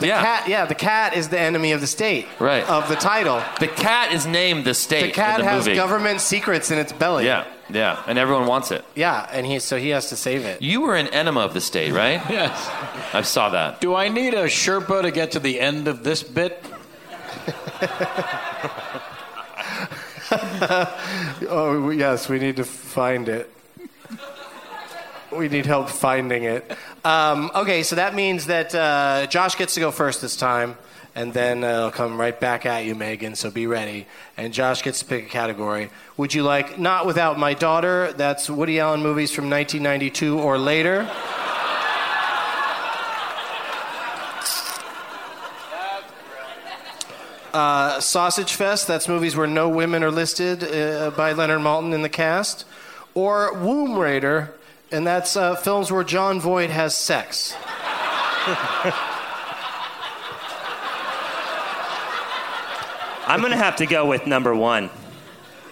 Speaker 4: yeah.
Speaker 2: Cat, yeah, the cat is the enemy of the state.
Speaker 4: Right.
Speaker 2: Of the title,
Speaker 4: the cat is named the state.
Speaker 2: the cat
Speaker 4: in the
Speaker 2: has
Speaker 4: movie.
Speaker 2: government secrets in its belly.
Speaker 4: Yeah, yeah, and everyone wants it.
Speaker 2: Yeah, and he so he has to save it.
Speaker 4: You were an enema of the state, right?
Speaker 5: Yes.
Speaker 4: I saw that.
Speaker 5: Do I need a Sherpa to get to the end of this bit?
Speaker 2: Oh yes, we need to find it. We need help finding it. Um, okay, so that means that uh, Josh gets to go first this time, and then uh, it'll come right back at you, Megan. So be ready. And Josh gets to pick a category. Would you like "Not Without My Daughter"? That's Woody Allen movies from 1992 or later. Uh, Sausage Fest, that's movies where no women are listed uh, by Leonard Maltin in the cast. Or Womb Raider, and that's uh, films where John Voight has sex.
Speaker 8: I'm going to have to go with number one.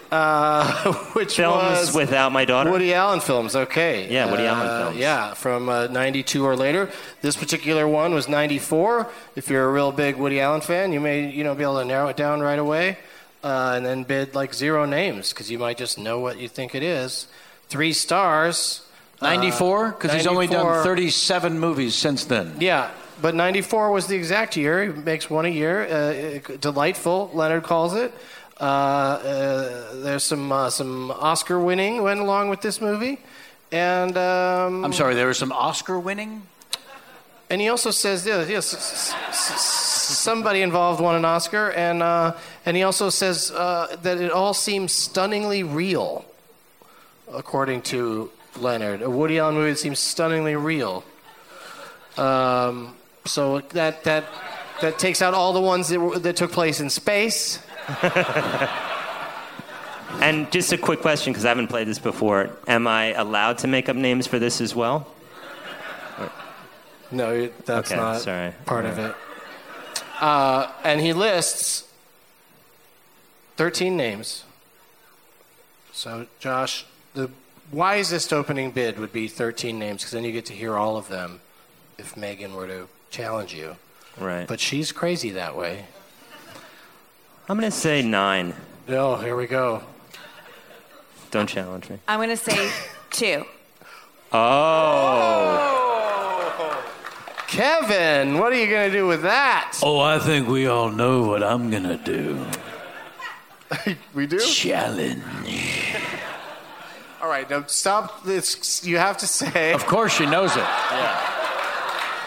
Speaker 2: Uh, <laughs> which
Speaker 8: Films
Speaker 2: was
Speaker 8: without my daughter.
Speaker 2: Woody Allen films. Okay.
Speaker 8: Yeah, Woody Allen
Speaker 2: Uh,
Speaker 8: films.
Speaker 2: Yeah, from uh, 92 or later. This particular one was 94. If you're a real big Woody Allen fan, you may you know be able to narrow it down right away, uh, and then bid like zero names because you might just know what you think it is. Three stars. uh,
Speaker 5: 94? Because he's only done
Speaker 2: 94.
Speaker 5: 37 movies since then.
Speaker 2: Yeah, but 94 was the exact year. He makes one a year. Uh, uh, delightful, Leonard calls it. Uh, uh, there's some uh, some Oscar winning went along with this movie, and um,
Speaker 5: I'm sorry, there was some Oscar winning?
Speaker 2: And he also says yes, yes s- s- s- somebody involved won an Oscar, and uh, and he also says uh, that it all seems stunningly real, according to Leonard. A Woody Allen movie that seems stunningly real. Um, so that that that takes out all the ones that were, that took place in space.
Speaker 8: And just a quick question, because I haven't played this before. Am I allowed to make up names for this as well?
Speaker 2: No, that's
Speaker 8: Okay,
Speaker 2: not
Speaker 8: sorry.
Speaker 2: part of
Speaker 8: Alright.
Speaker 2: it. Uh, and he lists 13 names. So, Josh, the wisest opening bid would be 13 names because then you get to hear all of them if Megan were to challenge you.
Speaker 8: Right.
Speaker 2: But she's crazy that way.
Speaker 8: I'm going to say nine.
Speaker 2: No, here we go.
Speaker 8: Don't challenge me.
Speaker 9: I'm going to say two.
Speaker 8: Oh.
Speaker 2: Kevin, what are you going to do with that?
Speaker 5: Oh, I think we all know what I'm going to do.
Speaker 2: <laughs> we do?
Speaker 5: Challenge.
Speaker 2: All right, now stop this. You have to say.
Speaker 5: Of course she knows it.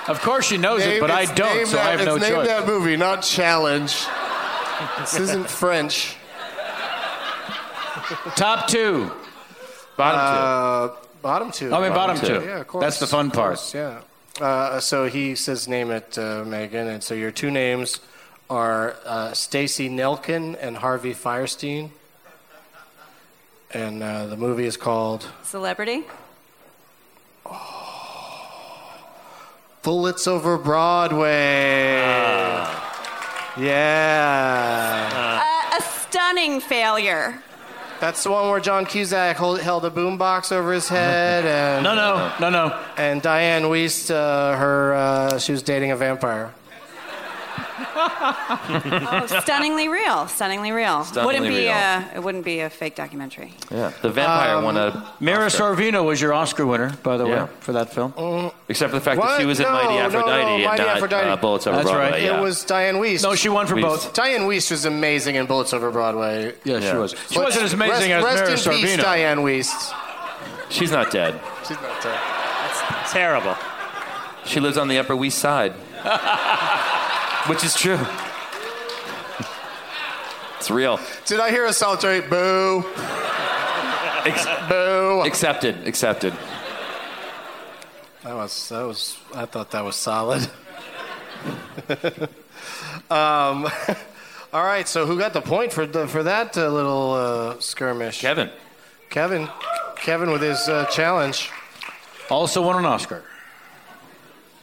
Speaker 5: Of course she knows it,
Speaker 2: Name-
Speaker 5: but I
Speaker 2: it's
Speaker 5: don't,
Speaker 2: name
Speaker 5: so
Speaker 2: that-
Speaker 5: I have no
Speaker 2: it's name
Speaker 5: choice.
Speaker 2: that movie, not challenge. this isn't French.
Speaker 5: Top two.
Speaker 2: Bottom two. Bottom two.
Speaker 5: Oh, I mean, bottom two.
Speaker 2: Yeah, of course.
Speaker 5: That's the fun
Speaker 2: Of
Speaker 5: part.
Speaker 2: course, yeah. Uh, so he says, name it, uh, Megan. And so your two names are uh, Stacy Nelkin and Harvey Firestein. And uh, the movie is called
Speaker 9: Celebrity?
Speaker 2: Bullets Over Broadway.
Speaker 5: Ah.
Speaker 2: yeah.
Speaker 9: Uh, a stunning failure.
Speaker 2: That's the one where John Cusack hold, held a boombox over his head, and
Speaker 5: Uh-huh. No, no, no, no.
Speaker 2: and Diane Weist, uh, her uh, she was dating a vampire.
Speaker 9: Oh, stunningly real. Stunningly real.
Speaker 4: Stunningly
Speaker 9: wouldn't be uh,
Speaker 4: real.
Speaker 9: A, it wouldn't be a fake documentary.
Speaker 4: Yeah. The vampire
Speaker 2: Um,
Speaker 4: won a.
Speaker 5: Mira Sorvino was your Oscar winner, by the
Speaker 4: Yeah.
Speaker 5: way, for that film.
Speaker 4: Except for the fact that she
Speaker 2: What?
Speaker 4: was in Mighty
Speaker 2: No, no,
Speaker 4: Aphrodite
Speaker 2: no,
Speaker 4: and
Speaker 2: Mighty
Speaker 4: not
Speaker 2: Aphrodite.
Speaker 4: Uh, Bullets Over
Speaker 5: That's
Speaker 4: Broadway.
Speaker 5: right.
Speaker 4: Yeah.
Speaker 2: It was Diane Weist.
Speaker 5: No, she won for
Speaker 4: Weist.
Speaker 5: both.
Speaker 2: Diane Weist was amazing in Bullets Over Broadway.
Speaker 5: Yeah, she
Speaker 4: Yeah.
Speaker 5: was. She
Speaker 2: But
Speaker 5: wasn't as amazing as Mira
Speaker 2: rest, Rest in
Speaker 5: Sorvino.
Speaker 2: peace, Diane Weist.
Speaker 4: She's not dead.
Speaker 2: She's not uh, dead.
Speaker 8: Terrible.
Speaker 4: She lives on the Upper West Side, which is true. it's real.
Speaker 2: Did I hear a solitary boo?
Speaker 4: Ex-
Speaker 2: boo.
Speaker 4: accepted. Accepted.
Speaker 2: That was that was. I thought that was solid. <laughs> um, <laughs> all right. So who got the point for the, for that uh, little uh, skirmish?
Speaker 4: Kevin.
Speaker 2: Kevin. Kevin with his uh, challenge.
Speaker 5: Also won an Oscar.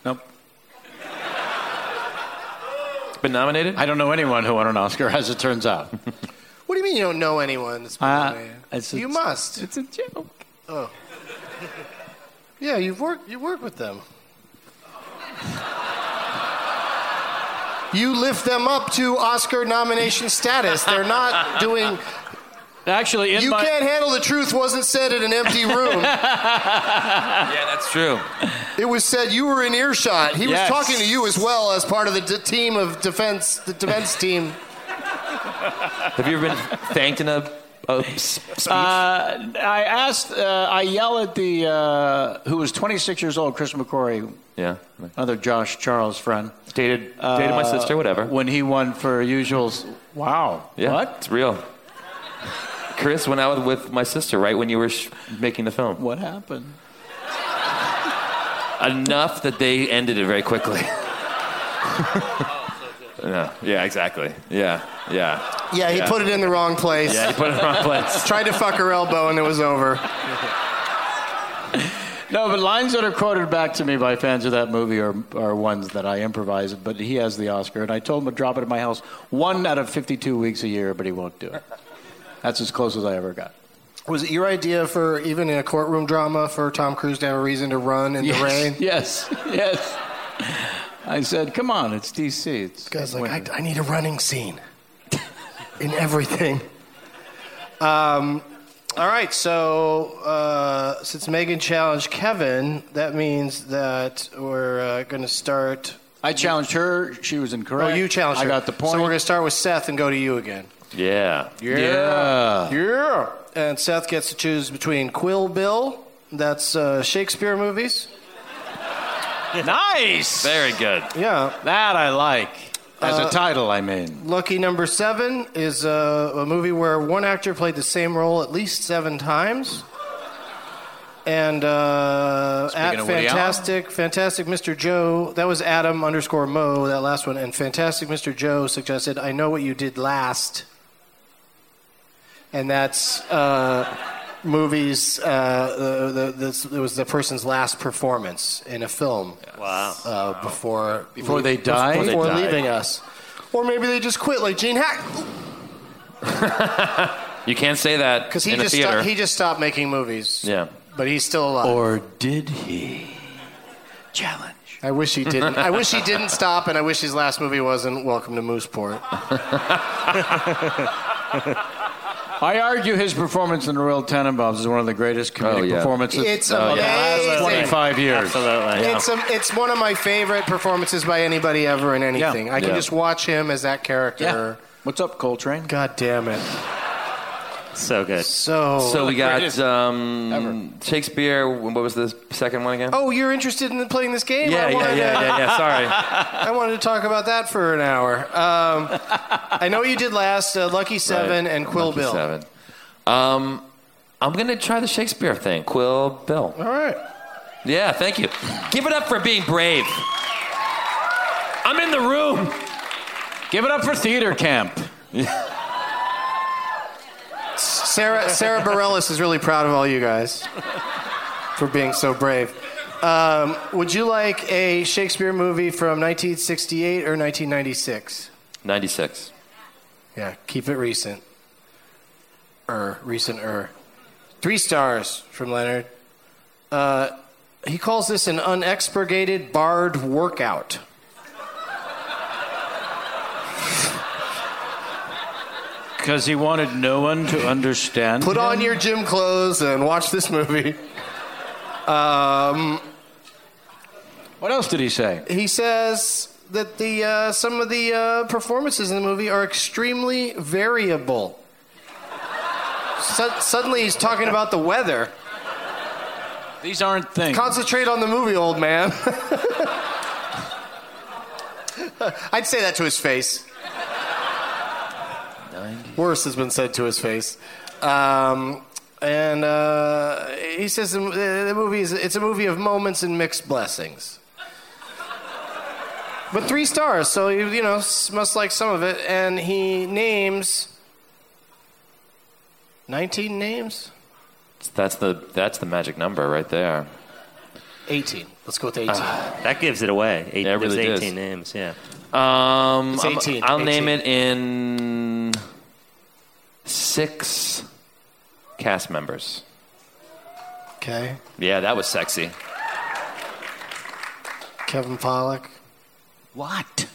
Speaker 5: Nope.
Speaker 4: Been nominated?
Speaker 5: I don't know anyone who won an Oscar, <laughs> as it turns out.
Speaker 2: What do you mean you don't know anyone? That's been
Speaker 5: Uh,
Speaker 2: nominated?
Speaker 5: it's-
Speaker 2: you
Speaker 5: it's-
Speaker 2: must. It's a joke. Oh. Yeah, you've worked. You work with them. You lift them up to Oscar nomination status. They're not doing.
Speaker 5: Actually, in
Speaker 2: You
Speaker 5: my
Speaker 2: can't handle the truth. Wasn't said in an empty room.
Speaker 4: <laughs> Yeah, that's true.
Speaker 2: It was said you were in earshot. He
Speaker 5: Yes.
Speaker 2: was talking to you as well as part of the d- team of defense, the defense team.
Speaker 4: Have you ever been thanked in a, a s- speech?
Speaker 5: Uh, I asked, uh, I yell at the, uh, who was 26 years old, Chris McCrory,
Speaker 4: yeah.
Speaker 5: another Josh Charles friend.
Speaker 4: Dated, dated
Speaker 5: Uh,
Speaker 4: my sister, whatever.
Speaker 5: When he won for usuals. Wow.
Speaker 4: yeah,
Speaker 5: What?
Speaker 4: It's real. Chris went out with my sister right when you were sh- making the film.
Speaker 5: What happened?
Speaker 4: Enough that they ended it very quickly. yeah, yeah, exactly. Yeah, yeah.
Speaker 2: Yeah, he
Speaker 4: Yeah.
Speaker 2: put it in the wrong place.
Speaker 4: Yeah, you put it in the wrong place.
Speaker 2: Tried to fuck her elbow and it was over.
Speaker 5: No, but lines that are quoted back to me by fans of that movie are, are ones that I improvised, but he has the Oscar, and I told him to drop it at my house one out of 52 weeks a year, but he won't do it. That's as close as I ever got.
Speaker 2: Was it your idea for even in a courtroom drama for Tom Cruise to have a reason to run in
Speaker 5: yes,
Speaker 2: the rain?
Speaker 5: Yes, yes. I said, come on, it's DC. It's
Speaker 2: Guy's like, I, I need a running scene <laughs> in everything. Um, all right, so uh, since Megan challenged Kevin, that means that we're uh, going to start.
Speaker 5: I challenged her. She was incorrect.
Speaker 2: Oh, you challenged
Speaker 5: I
Speaker 2: her.
Speaker 5: got the point.
Speaker 2: So we're going to start with Seth and go to you again.
Speaker 4: Yeah.
Speaker 2: Yeah. Yeah. And Seth gets to choose between Quill Bill, that's uh, Shakespeare movies. <laughs>
Speaker 5: nice.
Speaker 4: Very good.
Speaker 2: Yeah.
Speaker 5: That I like. As
Speaker 2: Uh,
Speaker 5: a title, I mean.
Speaker 2: Lucky number seven is uh, a movie where one actor played the same role at least seven times. And uh,
Speaker 5: Speaking
Speaker 2: at
Speaker 5: of Woody Allen.
Speaker 2: Fantastic, Fantastic Mr. Joe, that was Adam underscore Mo, that last one. And Fantastic Mr. Joe suggested, I know what you did last. And that's uh, movies, uh, the, the, this, it was the person's last performance in a film. Wow. Uh, Before,
Speaker 5: Before they die?
Speaker 2: Before,
Speaker 5: Before they die.
Speaker 2: leaving us. Or maybe they just quit, like Gene Hack.
Speaker 4: <laughs> You can't say that
Speaker 2: Because he
Speaker 4: in a
Speaker 2: just
Speaker 4: theater.
Speaker 2: stopped, he just stopped making movies.
Speaker 4: yeah.
Speaker 2: But he's still alive.
Speaker 5: Or did he? Challenge.
Speaker 2: I wish he didn't. I
Speaker 4: <laughs>
Speaker 2: wish he didn't stop, and I wish his last movie wasn't Welcome to Mooseport.
Speaker 5: I argue his performance in Royal Tenenbaums is one of the greatest comedic
Speaker 4: Oh, yeah.
Speaker 5: performances
Speaker 2: It's
Speaker 5: of the last
Speaker 2: amazing.
Speaker 5: 25 years.
Speaker 8: Absolutely.
Speaker 2: It's a, it's one of my favorite performances by anybody ever in anything. I can
Speaker 5: Yeah.
Speaker 2: just watch him as that character.
Speaker 5: What's up, Coltrane?
Speaker 2: God damn it.
Speaker 8: So good.
Speaker 2: So
Speaker 4: So we got
Speaker 5: Greatest
Speaker 4: um, Shakespeare. What was the second one again?
Speaker 2: Oh, you're interested in playing this game?
Speaker 4: yeah,
Speaker 2: I
Speaker 4: yeah, yeah,
Speaker 2: wanted to-
Speaker 4: yeah, yeah.
Speaker 5: <laughs>
Speaker 4: Sorry.
Speaker 2: I wanted to talk about that for an hour. Um, I know what you did last uh, Lucky Seven
Speaker 4: Right.
Speaker 2: and Quill
Speaker 4: Lucky
Speaker 2: Bill.
Speaker 4: Seven. Um, I'm gonna try the Shakespeare thing. Quill Bill.
Speaker 2: All right.
Speaker 4: Yeah, thank you. Give it up for being brave. I'm in the room.
Speaker 5: Give it up for theater camp.
Speaker 2: Sarah Sarah Bareilles is really proud of all you guys for being so brave. Um, would you like a Shakespeare movie from 1968 or 1996?
Speaker 4: 96.
Speaker 2: Yeah, keep it recent. Er, recent er. Three stars from Leonard. Uh, he calls this an unexpurgated barred workout.
Speaker 5: Because he wanted no one to understand.
Speaker 2: Put
Speaker 5: him.
Speaker 2: on your gym clothes and watch this movie. Um,
Speaker 5: What else did he say?
Speaker 2: he says that the uh, some of the uh, performances in the movie are extremely variable. Su- suddenly, he's talking about the weather.
Speaker 5: These aren't things.
Speaker 2: Concentrate on the movie, old man. <laughs> I'd say that to his face. Worse has been said to his face. Um, and uh, he says the, the movie is it's a movie of moments and mixed blessings. But three stars, so you, you know s- must like some of it. And he names nineteen names,
Speaker 4: That's the that's the magic number right there.
Speaker 2: eighteen. Let's go with eighteen.
Speaker 4: Uh,
Speaker 8: That gives it away. Eight,
Speaker 4: Yeah, it
Speaker 8: there's
Speaker 4: really does.
Speaker 8: 18 names, yeah.
Speaker 4: Um,
Speaker 2: It's
Speaker 4: I'm-
Speaker 2: 18,
Speaker 4: I'll name
Speaker 2: 18.
Speaker 4: it
Speaker 5: Mm,
Speaker 4: in six cast members.
Speaker 2: okay,
Speaker 4: Yeah, that was sexy.
Speaker 2: Kevin Pollak.
Speaker 5: What?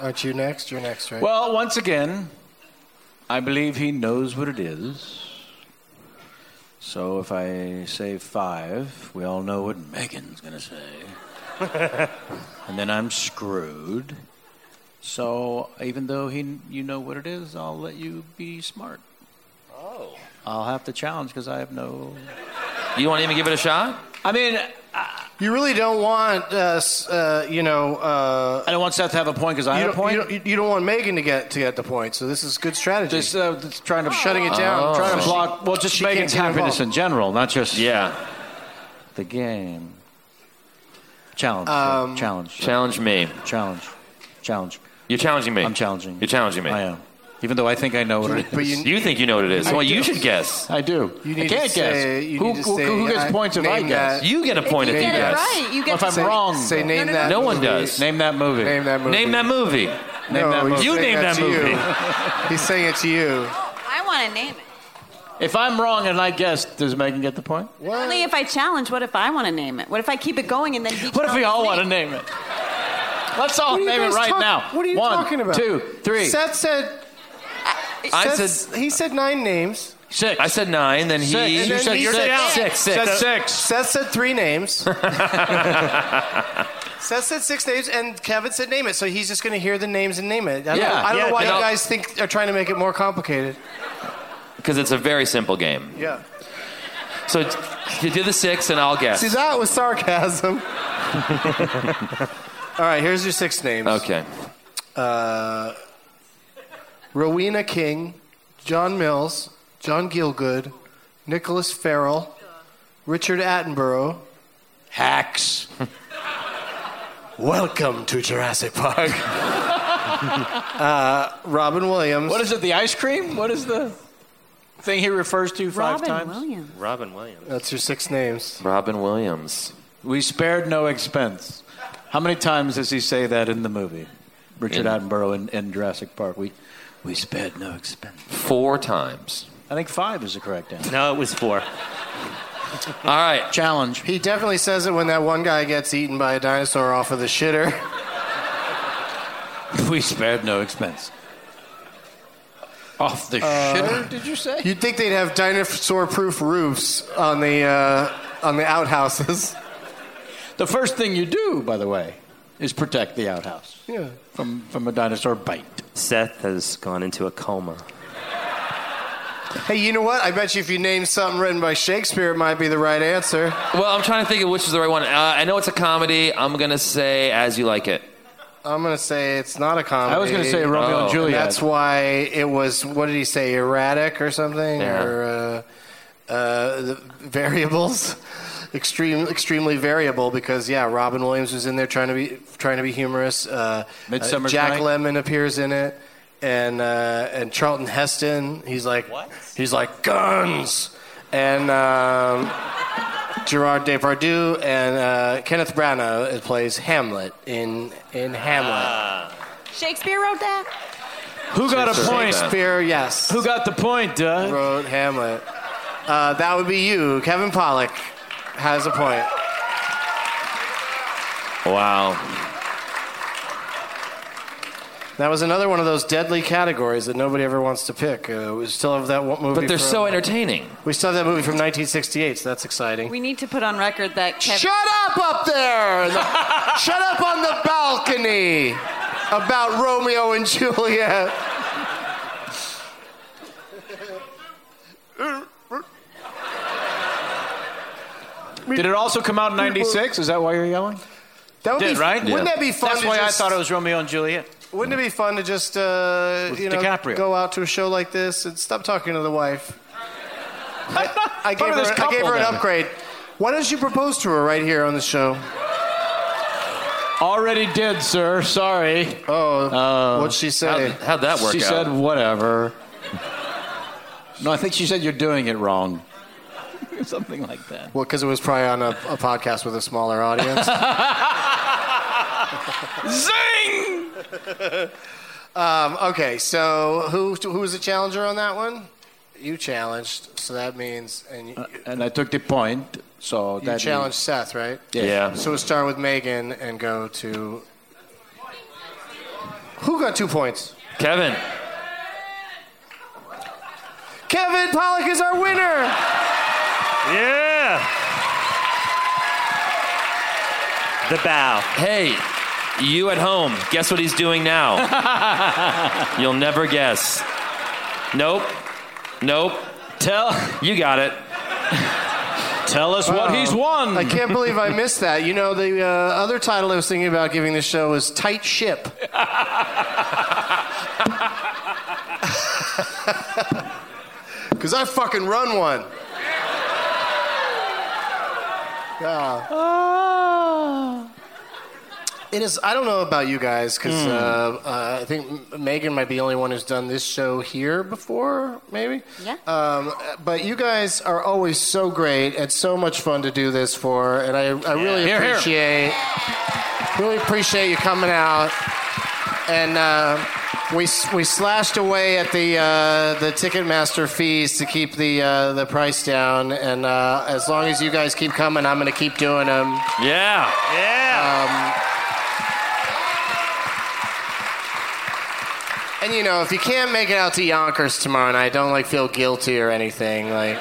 Speaker 2: Aren't you next? You're next, right?
Speaker 5: Well, once again, I believe he knows what it is. So if I say five, we all know what Megan's going to say.
Speaker 4: <laughs>
Speaker 5: and then I'm screwed. So even though he, you know what it is, I'll let you be smart. Oh. I'll have to challenge because I have no.
Speaker 4: You want to even give it a shot?
Speaker 5: I mean,
Speaker 2: you really don't want, uh, s- uh, you know, uh,
Speaker 5: I don't want Seth to have a point because I
Speaker 2: you,
Speaker 5: have a
Speaker 2: don't,
Speaker 5: point.
Speaker 2: you don't- you don't want Megan to get to get the point. So this is good strategy.
Speaker 5: Just, uh, just trying to
Speaker 2: Shutting it down,
Speaker 5: I'm trying
Speaker 2: So
Speaker 5: to
Speaker 2: she-
Speaker 5: block. Well, just
Speaker 2: she
Speaker 5: Megan's
Speaker 2: can't get
Speaker 5: happiness in
Speaker 2: involved.
Speaker 5: general, not just
Speaker 4: Yeah.
Speaker 5: the game. Challenge,
Speaker 2: Um,
Speaker 5: challenge,
Speaker 4: Challenge me.
Speaker 5: challenge, challenge.
Speaker 4: You're challenging me.
Speaker 5: I'm challenging.
Speaker 4: You're challenging me.
Speaker 5: I am, even though I think I know what it is.
Speaker 2: But you,
Speaker 4: You think you know what it is? well, you should guess.
Speaker 5: <laughs> I do.
Speaker 2: You need
Speaker 5: I can't
Speaker 2: to
Speaker 5: guess.
Speaker 2: say- you
Speaker 5: who,
Speaker 2: need to
Speaker 5: who-
Speaker 2: say,
Speaker 5: who gets
Speaker 2: I-
Speaker 5: points if I
Speaker 2: name
Speaker 5: guess?
Speaker 2: that-
Speaker 4: You get a point
Speaker 9: you
Speaker 4: if you
Speaker 9: get it
Speaker 4: guess.
Speaker 9: right, you
Speaker 5: Well,
Speaker 9: get
Speaker 5: if
Speaker 9: to
Speaker 5: I'm
Speaker 9: say-
Speaker 5: wrong,
Speaker 2: say
Speaker 5: though.
Speaker 2: name
Speaker 9: no,
Speaker 2: that.
Speaker 4: No one
Speaker 2: movie.
Speaker 4: does.
Speaker 5: name that movie.
Speaker 2: Name that movie.
Speaker 4: Name that movie.
Speaker 2: <laughs> No,
Speaker 5: that
Speaker 2: he's
Speaker 5: movie.
Speaker 4: You
Speaker 2: saying
Speaker 4: name that
Speaker 2: to <laughs>
Speaker 4: movie.
Speaker 2: You. he's saying it to you.
Speaker 7: I want to name it.
Speaker 5: If I'm wrong and I guess, does Megan get the point?
Speaker 7: Only if I challenge. What if I want to name it? What if I keep it going and then? he
Speaker 5: What if we
Speaker 7: challenges
Speaker 5: all
Speaker 7: me?
Speaker 5: want to name it? Let's all
Speaker 7: What are you
Speaker 5: name it
Speaker 7: guys
Speaker 5: right
Speaker 7: talk-
Speaker 5: now.
Speaker 2: What are you
Speaker 5: One,
Speaker 2: talking about?
Speaker 5: Two, three.
Speaker 2: Seth said.
Speaker 4: I
Speaker 2: Seth- he said nine names.
Speaker 5: Six.
Speaker 4: I said nine. Then
Speaker 2: Six.
Speaker 4: he.
Speaker 2: And then
Speaker 4: said
Speaker 2: he
Speaker 4: six.
Speaker 2: said
Speaker 4: Six. Six.
Speaker 2: Seth- Seth said three
Speaker 4: <laughs>
Speaker 2: names. Seth said six names, and Kevin said name it. So he's just going to hear the names and name it. I don't,
Speaker 4: Yeah.
Speaker 2: I don't
Speaker 4: Yeah,
Speaker 2: know why you
Speaker 4: and I'll-
Speaker 2: guys think are trying to make it more complicated.
Speaker 4: Because it's a very simple game.
Speaker 2: Yeah.
Speaker 4: So t- you do the six, and I'll guess.
Speaker 2: See, that was
Speaker 4: <laughs>
Speaker 2: sarcasm. All right, here's your six names.
Speaker 4: Okay.
Speaker 2: Uh, Rowena King, John Mills, John Gielgud, Nicholas Farrell, Richard Attenborough, Hacks. <laughs> Welcome to Jurassic Park. <laughs> uh, Robin Williams.
Speaker 5: What is it? The ice cream? What is the thing he refers to five
Speaker 2: Robin
Speaker 5: times?
Speaker 7: Williams.
Speaker 4: Robin Williams.
Speaker 2: That's your six names.
Speaker 4: Robin Williams.
Speaker 5: We spared no expense. How many times does he say that in the movie? Richard
Speaker 4: In-
Speaker 5: Attenborough in, in Jurassic Park. We, we spared no expense.
Speaker 4: Four times.
Speaker 5: I think five is the correct answer.
Speaker 8: No, it was four.
Speaker 4: All right.
Speaker 5: Challenge.
Speaker 2: He definitely says it when that one guy gets eaten by a dinosaur off of the shitter. <laughs>
Speaker 5: We spared no expense. Off the shitter, did you say?
Speaker 2: You'd think they'd have dinosaur-proof roofs on the uh, on the outhouses. <laughs>
Speaker 5: The first thing you do, by the way, is protect the outhouse
Speaker 2: Yeah.
Speaker 5: from, from a dinosaur bite.
Speaker 8: Seth has gone into a coma.
Speaker 2: Hey, you know what? I bet you if you name something written by Shakespeare, it might be the right answer.
Speaker 4: Well, I'm trying to think of which is the right one. Uh, I know it's a comedy. I'm gonna say As You Like It.
Speaker 2: I'm gonna say it's not a comedy.
Speaker 5: I was going to say Romeo
Speaker 4: Oh.
Speaker 5: and Juliet.
Speaker 2: That's why it was. What did he say? Erratic or something,
Speaker 4: Yeah.
Speaker 2: or uh, uh, the variables. <laughs> Extreme, extremely variable because yeah, Robin Williams was in there trying to be trying to be humorous. Uh, uh,
Speaker 5: Midsummer's
Speaker 2: Jack
Speaker 5: Night?
Speaker 2: Lemmon appears in it, and uh, and Charlton Heston. He's like he's like guns, and um, Gerard Depardieu and uh, Kenneth Branagh plays Hamlet in in Hamlet.
Speaker 7: Shakespeare wrote that.
Speaker 5: Who got Ah, a point?
Speaker 2: Shakespeare, yes.
Speaker 5: Who got the point, Doug?
Speaker 2: wrote Hamlet? Uh, that would be you. Kevin Pollak has a point.
Speaker 4: Wow.
Speaker 2: That was another one of those deadly categories that nobody ever wants to pick. Uh, we still have that one movie.
Speaker 4: But they're
Speaker 2: from,
Speaker 4: so entertaining.
Speaker 2: We still have that movie from 1968, so that's exciting.
Speaker 7: We need to put on record that Kevin.
Speaker 2: Shut up up there! The- shut up on the balcony about Romeo and Juliet.
Speaker 5: Did it also come out in 96? Is that why you're yelling?
Speaker 2: That would
Speaker 5: Did,
Speaker 2: be
Speaker 5: right?
Speaker 2: Wouldn't that be fun?
Speaker 5: That's
Speaker 2: to
Speaker 5: why
Speaker 2: just-
Speaker 5: I thought it was Romeo and Juliet.
Speaker 2: Wouldn't it be fun to just uh,
Speaker 5: With
Speaker 2: you know
Speaker 5: DiCaprio.
Speaker 2: go out to a show like this and stop talking to the wife?
Speaker 5: <laughs>
Speaker 2: I, I, gave,
Speaker 5: Part of
Speaker 2: her,
Speaker 5: this
Speaker 2: I gave
Speaker 5: couple,
Speaker 2: her an
Speaker 5: then.
Speaker 2: upgrade. Why don't you propose to her right here on the show?
Speaker 5: Already did, sir. Sorry.
Speaker 2: Oh,
Speaker 5: Uh,
Speaker 2: what'd she
Speaker 4: How'd,
Speaker 2: say?
Speaker 4: how'd that work
Speaker 5: she
Speaker 4: out?
Speaker 5: said whatever. No, I think she said you're doing it
Speaker 4: <laughs>
Speaker 5: wrong. Something like that.
Speaker 2: Well, because it was probably on a, a podcast with a smaller audience.
Speaker 5: Zing!
Speaker 2: <laughs> um, okay, so who who was the challenger on that one? You challenged, so that means and you,
Speaker 5: And I took the point, so
Speaker 2: you
Speaker 5: that
Speaker 2: challenged Seth, right?
Speaker 5: Yeah.
Speaker 4: Yeah.
Speaker 2: So we'll start with Megan and go to. Who got two points?
Speaker 4: Kevin.
Speaker 2: Kevin Pollock is our winner.
Speaker 8: Yeah. The bow.
Speaker 4: Hey, you at home. Guess what he's
Speaker 5: <laughs>
Speaker 4: doing now? You'll never guess. Nope. Nope.
Speaker 5: Tell,
Speaker 4: You got it.
Speaker 5: tell us what he's won.
Speaker 2: I can't believe I missed that. You know, the uh, other title I was thinking about giving this show was Tight Ship. <laughs> Because I fucking run one. Yeah.
Speaker 4: Ah.
Speaker 2: It is. I don't know about you guys, because
Speaker 5: Hmm.
Speaker 2: uh, uh, I think M- Megan might be the only one who's done this show here before, maybe.
Speaker 7: Yeah.
Speaker 2: Um, but you guys are always so great and so much fun to do this for, and I, I really
Speaker 5: Here, here.
Speaker 2: appreciate really appreciate you coming out and. Uh, We, s- we slashed away at the uh, the Ticketmaster fees to keep the uh, the price down, and uh, as long as you guys keep coming, I'm gonna keep doing them.
Speaker 4: Yeah.
Speaker 2: Yeah. Um, and you know, if you can't make it out to Yonkers tomorrow night, don't like feel guilty or anything. Like,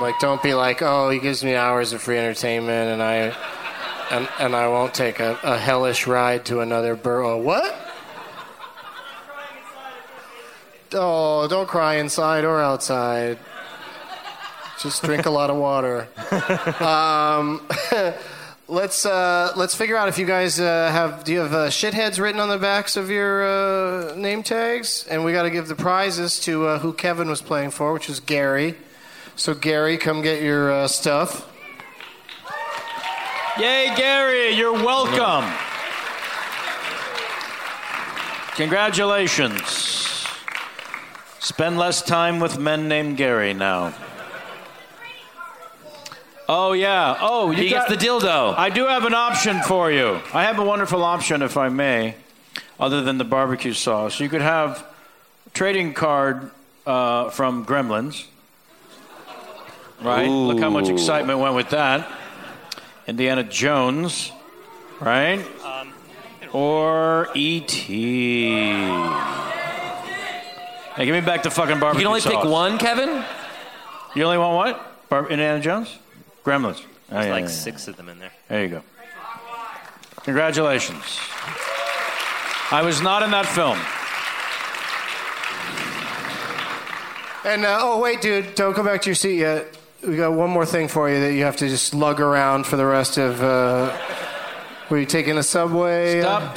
Speaker 2: like don't be like, oh, he gives me hours of free entertainment, and I, and, and I won't take a, a hellish ride to another borough. What? Oh, don't cry inside or outside. Just drink a lot of water. Um, let's uh, let's figure out if you guys uh, have do you have uh, shitheads written on the backs of your uh, name tags, and we got to give the prizes to uh, who Kevin was playing for, which is Gary. So Gary, come get your uh, stuff.
Speaker 5: Yay, Gary, you're welcome. Congratulations. Spend less time with men named Gary now. Oh, yeah. Oh, you
Speaker 4: He gets the dildo.
Speaker 5: I do have an option for you. I have a wonderful option, if I may, other than the barbecue sauce. You could have a trading card uh, from Gremlins. Right? Look how much
Speaker 4: Ooh.
Speaker 5: excitement went with that. Indiana Jones, right? or E E.T. Hey, give me back the fucking barbecue
Speaker 4: You can only pick
Speaker 5: sauce.
Speaker 4: one, Kevin?
Speaker 5: You only want what? Bar- Indiana Jones? Gremlins. Oh,
Speaker 8: There's
Speaker 5: yeah,
Speaker 8: like
Speaker 5: yeah, yeah.
Speaker 8: six of them in there.
Speaker 5: There you go. Congratulations. I was not in that film.
Speaker 2: And uh, oh wait, dude, don't go back to your seat yet. We got one more thing for you that you have to just lug around for the rest of. Uh, were you taking a subway? Stop.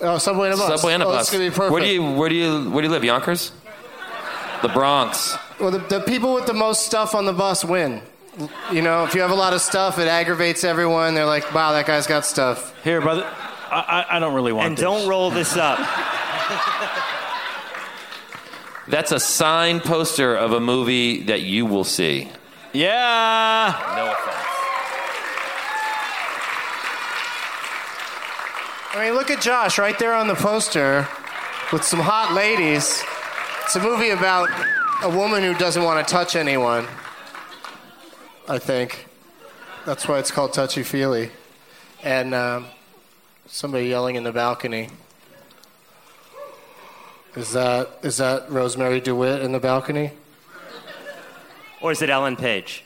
Speaker 2: Oh, subway and a bus.
Speaker 4: Subway and a
Speaker 2: oh,
Speaker 4: bus.
Speaker 2: That's gonna be perfect.
Speaker 4: Where do you where do you where do you live? Yonkers? The Bronx.
Speaker 2: Well, the, the people with the most stuff on the bus win. You know, if you have a lot of stuff, it aggravates everyone. They're like, wow, that guy's got stuff.
Speaker 5: Here, brother. I, I, I don't really want
Speaker 8: And don't roll this up.
Speaker 4: That's a signed poster of a movie that you will see.
Speaker 5: Yeah.
Speaker 4: No offense.
Speaker 2: I mean, look at Josh right there on the poster with some hot ladies. It's a movie about a woman who doesn't want to touch anyone, I think. That's why it's called Touchy Feely. And um, somebody yelling in the balcony. Is that, is that Rosemary DeWitt in the balcony?
Speaker 8: Or is it Ellen Page?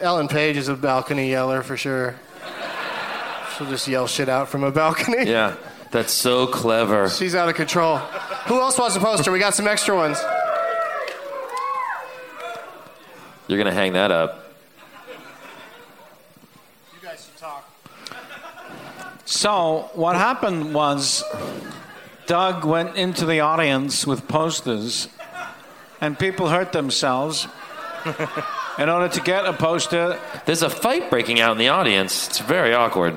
Speaker 2: Ellen Page is a balcony yeller for sure. She'll just yell shit out from a balcony.
Speaker 4: Yeah. That's so clever.
Speaker 2: She's out of control. Who else wants a poster? We got some extra ones.
Speaker 4: You're gonna hang that up.
Speaker 5: So, what happened was Doug went into the audience with posters, and people hurt
Speaker 8: <laughs>
Speaker 5: themselves in order to get a poster.
Speaker 4: There's a fight breaking out in the audience. It's very awkward.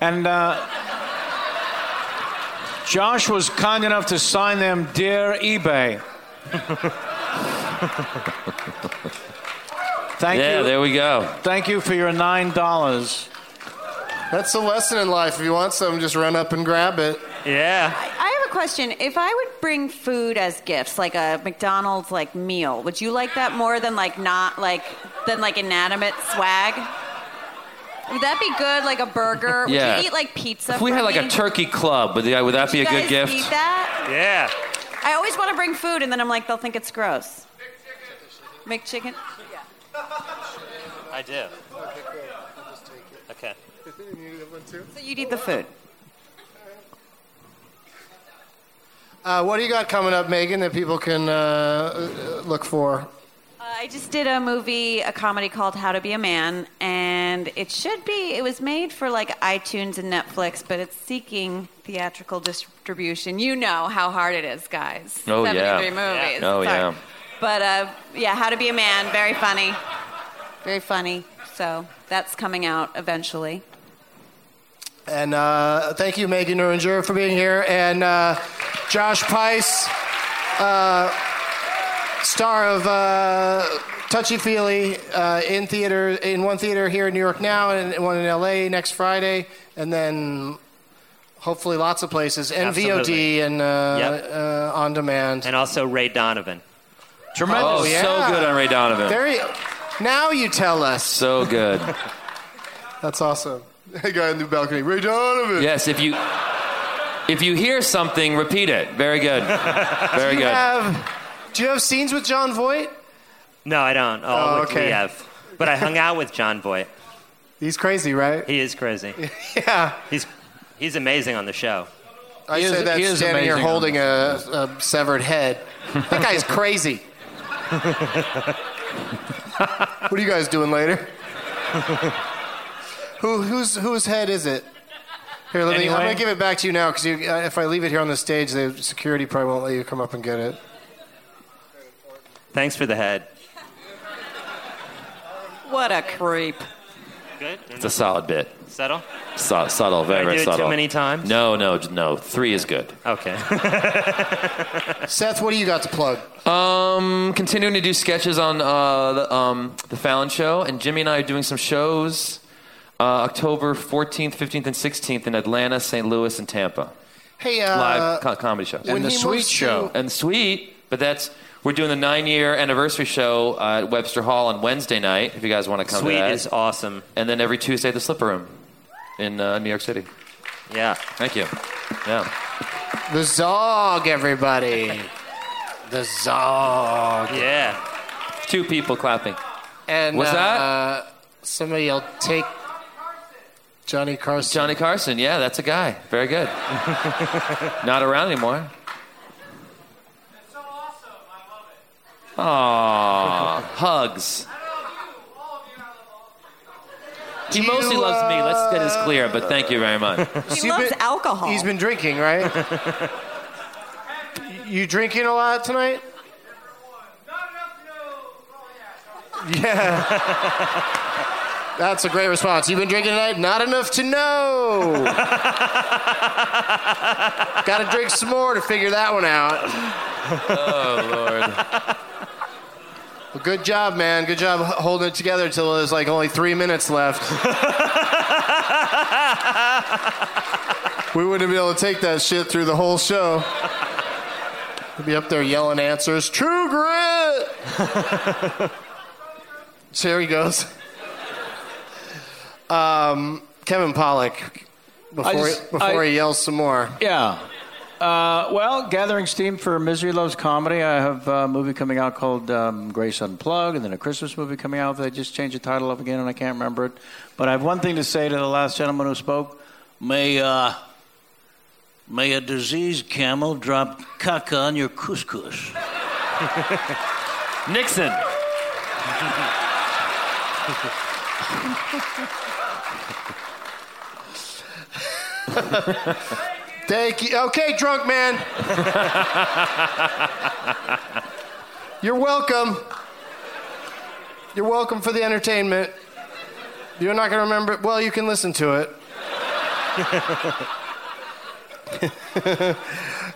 Speaker 5: And uh, Josh was kind enough to sign them Dear
Speaker 8: <laughs>
Speaker 5: eBay. Thank
Speaker 4: yeah,
Speaker 5: you.
Speaker 4: there we go.
Speaker 5: Thank you for your $9.
Speaker 2: That's the lesson in life. If you want some, just run up and grab it.
Speaker 8: Yeah.
Speaker 9: I have a question. If I would bring food as gifts, like a McDonald's like meal, would you like that more than like not like than like inanimate swag? Would that be good? Like a burger? Would
Speaker 4: Yeah.
Speaker 9: you eat like pizza?
Speaker 4: If we
Speaker 9: for
Speaker 4: had like
Speaker 9: me?
Speaker 4: a turkey club, would, that- would that be a
Speaker 9: you
Speaker 4: good
Speaker 9: guys
Speaker 4: gift?
Speaker 9: Eat that?
Speaker 8: Yeah.
Speaker 9: I always want to bring food, and then I'm like, they'll think it's gross. McChicken.
Speaker 8: I do. Okay.
Speaker 9: So you'd eat the food.
Speaker 2: Uh, what do you got coming up, Megan, that people can uh, uh, look for?
Speaker 9: Uh, I just did a movie, a comedy called How to Be a Man, and it should be. It was made for like iTunes and Netflix, but it's seeking theatrical distribution. You know how hard it is, guys.
Speaker 4: Oh, yeah.
Speaker 9: 73 movies.
Speaker 4: Oh,
Speaker 9: Sorry.
Speaker 4: yeah.
Speaker 9: But uh, yeah, How to Be a Man, very funny, very funny. So that's coming out eventually.
Speaker 2: And uh, thank you, Megan Nuringer, for being here. And uh, Josh Pice, uh, star of uh, Touchy Feely uh, in theater, in one theater here in New York now, and one in LA next Friday, and then Hopefully, lots of places and
Speaker 8: Absolutely.
Speaker 2: VOD and uh,
Speaker 8: Yep.
Speaker 2: uh, on demand.
Speaker 8: And also Ray Donovan.
Speaker 4: Oh, so good on Ray Donovan.
Speaker 2: There you, now you tell us.
Speaker 4: so good.
Speaker 2: That's awesome. Hey, guy in the balcony, Ray Donovan.
Speaker 4: Yes, if you if you hear something, repeat it. Very good. Very
Speaker 2: Do you
Speaker 4: good.
Speaker 2: have Do you have scenes with John Voight?
Speaker 8: No, I don't. Oh,
Speaker 2: Oh,
Speaker 8: what do we
Speaker 2: okay.
Speaker 8: have? But I hung out with John Voight.
Speaker 2: He's crazy, right?
Speaker 8: He is crazy.
Speaker 2: yeah.
Speaker 8: He's he's amazing on the show.
Speaker 2: I say that standing here holding a, a severed head. That guy's
Speaker 8: <laughs>
Speaker 2: crazy. what are you guys doing later? Who whose whose head is it? Here, let me. I'm
Speaker 6: Anyway.
Speaker 2: gonna give it back to you now because you, uh, if I leave it here on the stage, the security probably won't let you come up and get it.
Speaker 8: Thanks for the head.
Speaker 12: What a creep.
Speaker 8: Good.
Speaker 4: It's a solid bit.
Speaker 8: Subtle?
Speaker 4: Su- subtle,
Speaker 8: Did I
Speaker 4: very, very
Speaker 8: do it too
Speaker 4: subtle.
Speaker 8: many times?
Speaker 4: No, no, j- no. Three is good.
Speaker 8: Okay.
Speaker 2: Seth, what do you got to plug?
Speaker 4: Um, continuing to do sketches on uh, the, um, the Fallon Show, and Jimmy and I are doing some shows uh, October 14th, 15th, and 16th in Atlanta, St. Louis, and Tampa.
Speaker 2: Hey, uh,
Speaker 4: Live co- comedy shows.
Speaker 2: when And the he Sweet moves to- Show.
Speaker 4: And the Sweet, but that's we're doing the nine-year anniversary show uh, at Webster Hall on Wednesday night. If you guys want to come,
Speaker 8: Sweet
Speaker 4: to that.
Speaker 8: is awesome.
Speaker 4: And then every Tuesday at the Slipper Room in uh, New York City.
Speaker 8: Yeah.
Speaker 4: Thank you. Yeah.
Speaker 2: The Zog, everybody. The Zog.
Speaker 8: Yeah.
Speaker 4: Two people clapping.
Speaker 2: And
Speaker 4: What's
Speaker 2: uh,
Speaker 4: that?
Speaker 2: Somebody will take Johnny Carson.
Speaker 4: Johnny Carson, yeah, that's a guy. Very good. Not around anymore. That's so awesome. I love it. Aww, hugs. He
Speaker 2: Do
Speaker 4: mostly
Speaker 2: you,
Speaker 4: loves me. Let's get this
Speaker 2: uh,
Speaker 4: clear, but thank you very much.
Speaker 2: He loves alcohol. He's been drinking, right? you drinking a lot tonight? Yeah. That's a great response. You've been drinking tonight? Not enough to know. Got to drink some more to figure that one out.
Speaker 4: oh, Lord.
Speaker 2: Well, good job, man. Good job h- holding it together until there's like only three minutes left. we wouldn't have been able to take that shit through the whole show. We'd be up there yelling answers. True grit. <laughs> so here he goes. Um, Kevin Pollock. Before,
Speaker 5: just-
Speaker 2: he, before
Speaker 5: I-
Speaker 2: he yells some more.
Speaker 5: Yeah. Uh, well, gathering steam for Misery Loves Comedy. I have a movie coming out called um, Grace Unplugged, and then a Christmas movie coming out that I just changed the title of again, and I can't remember it. But I have one thing to say to the last gentleman who spoke. May uh, may a diseased camel drop caca on your couscous.
Speaker 4: Nixon.
Speaker 2: Thank you. Okay,
Speaker 5: <laughs>
Speaker 2: drunk man. You're welcome. You're welcome for the entertainment. You're not going to remember it. Well, you can listen to it.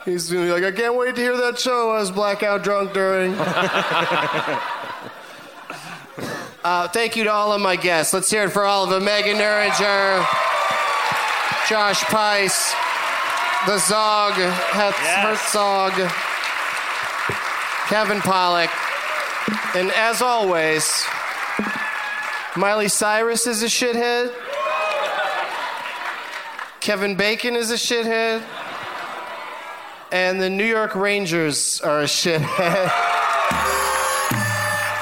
Speaker 2: He's going to be like, I can't wait to hear that show I was blackout drunk during. uh, thank you to all of my guests. Let's hear it for all of them Megan Nuringer, Josh Pice, The Zog, Hertz- Herzog, Kevin Pollock, and as always, Miley Cyrus is a shithead. Kevin Bacon is a shithead. And the New York Rangers are a shithead.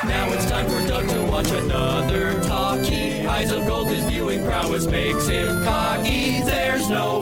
Speaker 13: Now it's time for Doug to watch another talkie. Eyes of gold, his viewing prowess makes him cocky. There's no